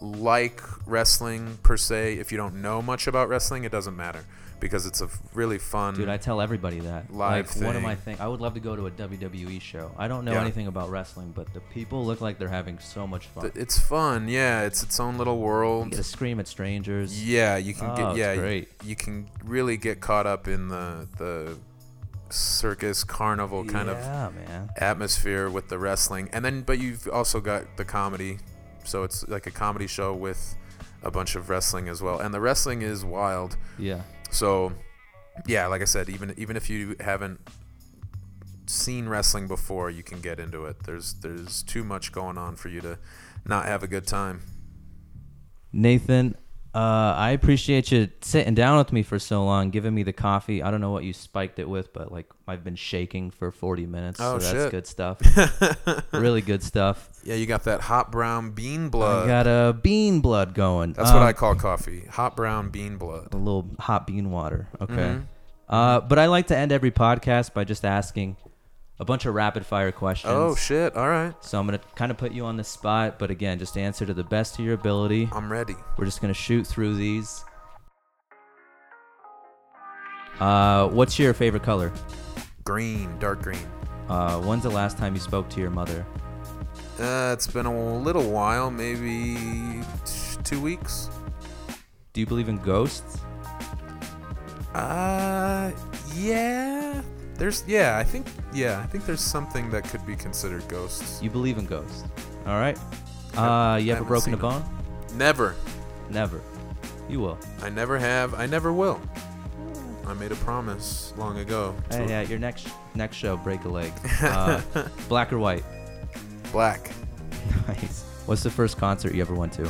like wrestling per se, if you don't know much about wrestling, it doesn't matter because it's a really fun. Dude, I tell everybody that. mm, Live like, what am I thing. think? I would love to go to a WWE show. I don't know Yeah. anything about wrestling, but the people look like they're having so much fun. th- it's fun. Yeah, it's its own little you world. get to scream at strangers. Yeah, you can Oh, get it's yeah, great. You, you can really get caught up in the the circus carnival kind of Yeah, man. atmosphere with the wrestling and then but you've also got the comedy so it's like a comedy show with a bunch of wrestling as well and the wrestling is wild Yeah. so yeah like i said even even if you haven't seen wrestling before you can get into it there's there's too much going on for you to not have a good time Nathan, uh, I appreciate you sitting down with me for so long, giving me the coffee. I don't know what you spiked it with, but like I've been shaking for 40 minutes. Oh, so that's shit. good stuff. really good stuff. yeah you got that hot brown bean I blood got a bean blood going. that's Um, what i call coffee hot brown bean blood a little hot bean water. Mm-hmm. Okay. Uh, but I like to end every podcast by just asking a bunch of rapid fire questions. oh shit all right so I'm gonna kind of put you on the spot, but again, just answer to the best of your ability. i'm ready We're just gonna shoot through these. Uh, what's your favorite color? green dark green Uh, when's the last time you spoke to your mother? Uh, it's been a little while, maybe t- two weeks. Do you believe in ghosts? Uh, yeah. There's, yeah, I think, yeah, I think there's something that could be considered ghosts. You believe in ghosts. All right. Uh, you ever I haven't broken seen a bone? Never. Never. You will. I never have. I never will. I made a promise long ago. to- Hey, yeah, your next next show, break a leg. Uh, black or white? Black. Nice. What's the first concert you ever went to?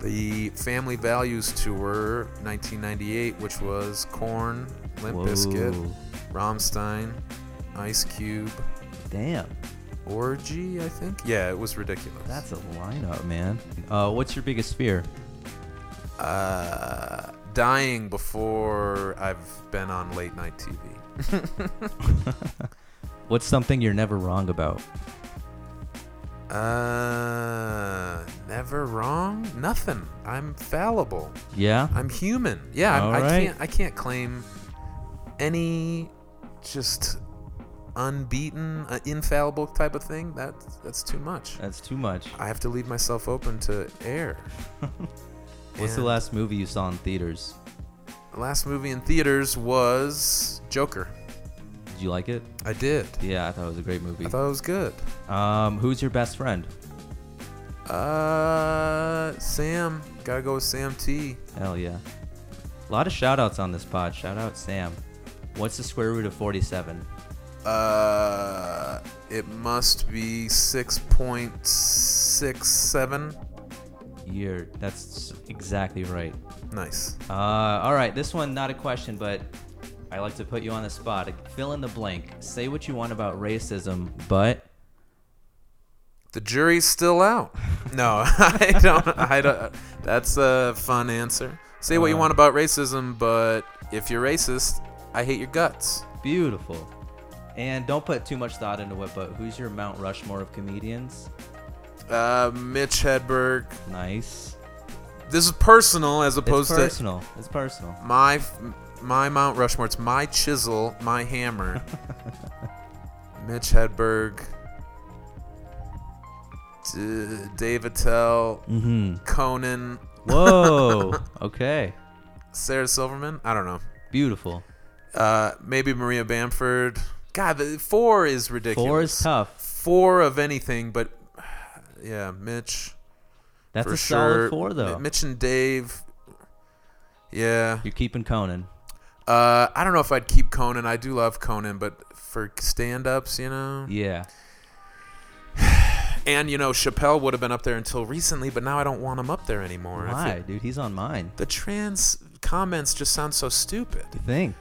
The Family Values Tour, 1998, which was Corn, Limp Bizkit, Whoa. Rammstein, Ice Cube, Damn, Orgy, I think. Yeah, it was ridiculous. that's a lineup, man. Uh, what's your biggest fear? uh, dying before I've been on late night TV. What's something you're never wrong about? Uh, never wrong. Nothing. I'm fallible. Yeah. I'm human. Yeah, I'm, All I right. can't. I can't claim any just unbeaten, uh, infallible type of thing. That that's too much. That's too much. I have to leave myself open to air. What's the And last movie you saw in theaters? last movie in theaters was Joker. Did you like it? I did. Yeah, I thought it was a great movie. I thought it was good. Um, who's your best friend? Uh, Sam. Gotta go with Sam T. Hell yeah. A lot of shout outs on this pod. Shout out Sam. What's the square root of 47? Uh, it must be 6.67. You're, that's exactly right. Nice. Uh, all right, this one not a question, but I like to put you on the spot. Fill in the blank. Say what you want about racism, but The jury's still out. No, I don't. I don't. That's a fun answer. Say what you want about racism, but if you're racist, I hate your guts. beautiful. And don't put too much thought into it. But who's your Mount Rushmore of comedians? Uh, Mitch Hedberg. Nice. This is personal as It's opposed to personal. It's personal. my my Mount Rushmore. It's my chisel, my hammer. Mitch Hedberg, D- Dave Attell, Mm. Mm-hmm. Conan, Whoa. okay. Sarah Silverman. I don't know. Beautiful. Uh, maybe Maria Bamford. God, the- four is ridiculous. Four is tough. Four of anything, but yeah, Mitch That's for a sure. solid four, though. Mi- Mitch and Dave. Yeah. You're keeping Conan. Uh, I don't know if I'd keep Conan. I do love Conan, but for stand-ups, you know. Yeah. And you know, Chappelle would have been up there until recently, but now I don't want him up there anymore. I Why, feel- dude? He's on mine. The trans comments just sound so stupid. You think?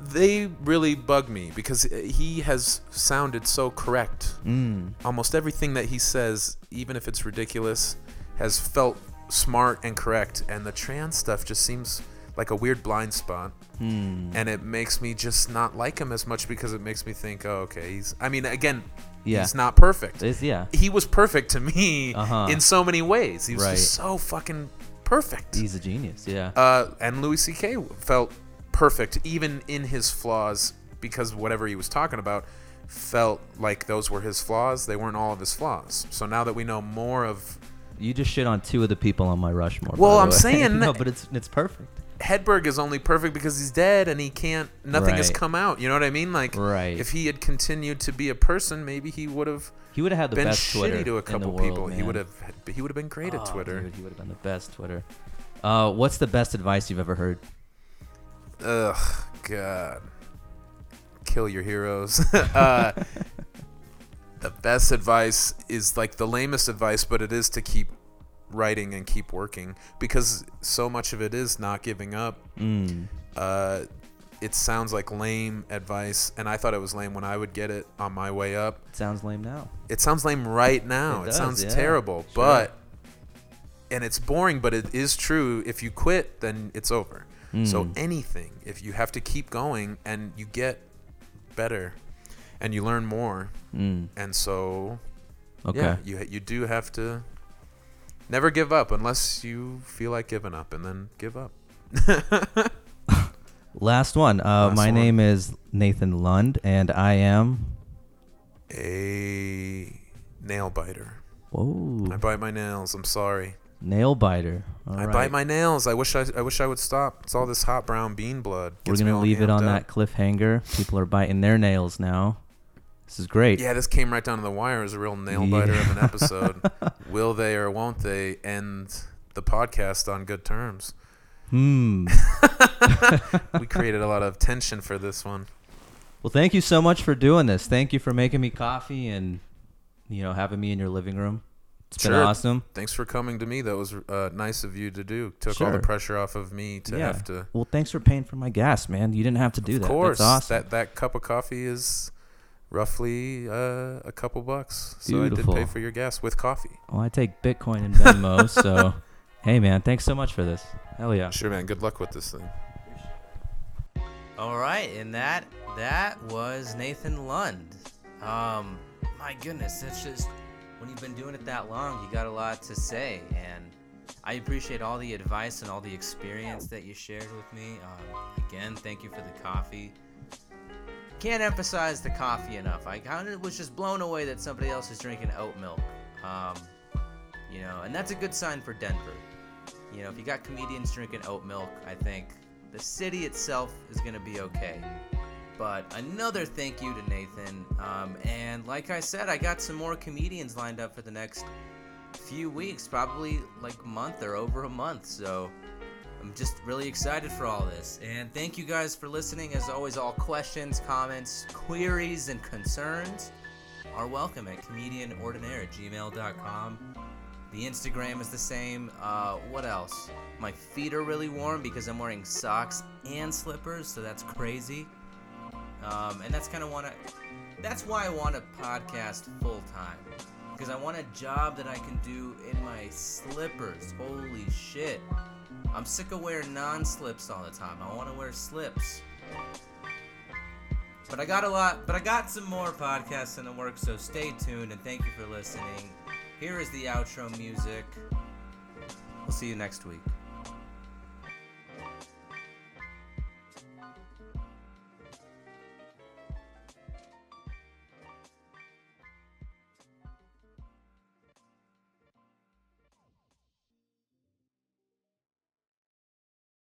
They really bug me because he has sounded so correct. Mm. Almost everything that he says, even if it's ridiculous, has felt smart and correct, and the trans stuff just seems like a weird blind spot, Hmm. and it makes me just not like him as much because it makes me think, oh, okay, he's. I mean, again, Yeah. he's not perfect. It's- yeah. he was perfect to me Uh-huh. in so many ways. He was Right. just so fucking perfect. He's a genius. Yeah. Uh, and Louis C.K. felt perfect, even in his flaws, because whatever he was talking about felt like those were his flaws. They weren't all of his flaws. So now that we know more of you just shit on two of the people on my Rushmore. by Well, the I'm way. saying no, that- but it's it's perfect. Hedberg is only perfect because he's dead and he can't. Nothing has Right. come out. You know what I mean? Like, Right. if he had continued to be a person, maybe he would have He would have had the been best shitty Twitter to in a the couple world, people. He man. would have. He would have been great at Oh, Twitter. dude, he would have been the best Twitter. Uh, what's the best advice you've ever heard? Ugh, God. Kill your heroes. uh, the best advice is like the lamest advice, but it is to keep writing and keep working because so much of it is not giving up. Mm. Uh, it sounds like lame advice, and I thought it was lame when I would get it on my way up. Sounds lame now. It sounds lame right now. It It, does, sounds yeah. terrible, Sure. but and it's boring, but it is true. If you quit, then it's over. So Hmm. anything, if you have to keep going and you get better and you learn more, and so Mm. Okay. yeah, you ha- you do have to never give up unless you feel like giving up, and then give up. Last one. Uh, Last my one. name is Nathan Lund, and I am. A nail biter. I Whoa, bite my nails. I'm sorry. nail biter. All I right. bite my nails. I wish I, I wish I would stop. It's all this hot brown bean blood. We're Gets me gonna all leave it amped on that up. cliffhanger. People are biting their nails now. This is great. Yeah, this came right down to the wire. It was a real nail Yeah. biter of an episode. Will they or won't they end the podcast on good terms? Hmm. We created a lot of tension for this one. Well, thank you so much for doing this. Thank you for making me coffee and, you know, having me in your living room. It's been Sure. awesome. Thanks for coming to me. That was uh, nice of you to do. Took all the Sure. pressure off of me to yeah. have to. Well, thanks for paying for my gas, man. You didn't have to do Of that. course, That's awesome. that that cup of coffee is roughly uh, a couple bucks. So I Beautiful. did pay for your gas with coffee. Well, I take Bitcoin and Venmo, so hey, man, thanks so much for this. Hell yeah. Sure, man. Good luck with this thing. All right, and that that was Nathan Lund. Um, my goodness, that's just when you've been doing it that long, you got a lot to say, and I appreciate all the advice and all the experience that you shared with me. Um, again, thank you for the coffee. Can't emphasize the coffee enough. I kind of was just blown away that somebody else is drinking oat milk. Um, you know, and that's a good sign for Denver. You know, if you got comedians drinking oat milk, I think the city itself is going to be okay. But another thank you to Nathan. Um, and like I said, I got some more comedians lined up for the next few weeks, probably like month or over a month. So I'm just really excited for all this. And thank you guys for listening. As always, all questions, comments, queries, and concerns are welcome at comedianordinaire gmail.com. The Instagram is the same. Uh, what else? My feet are really warm because I'm wearing socks and slippers, so that's crazy. Um, and that's kind of want to. That's why I want to podcast full time because I want a job that I can do in my slippers. Holy shit! I'm sick of wearing non-slips all the time. I want to wear slips. But I got a lot, but I got some more podcasts in the works, so stay tuned and thank you for listening. Here is the outro music. We'll see you next week.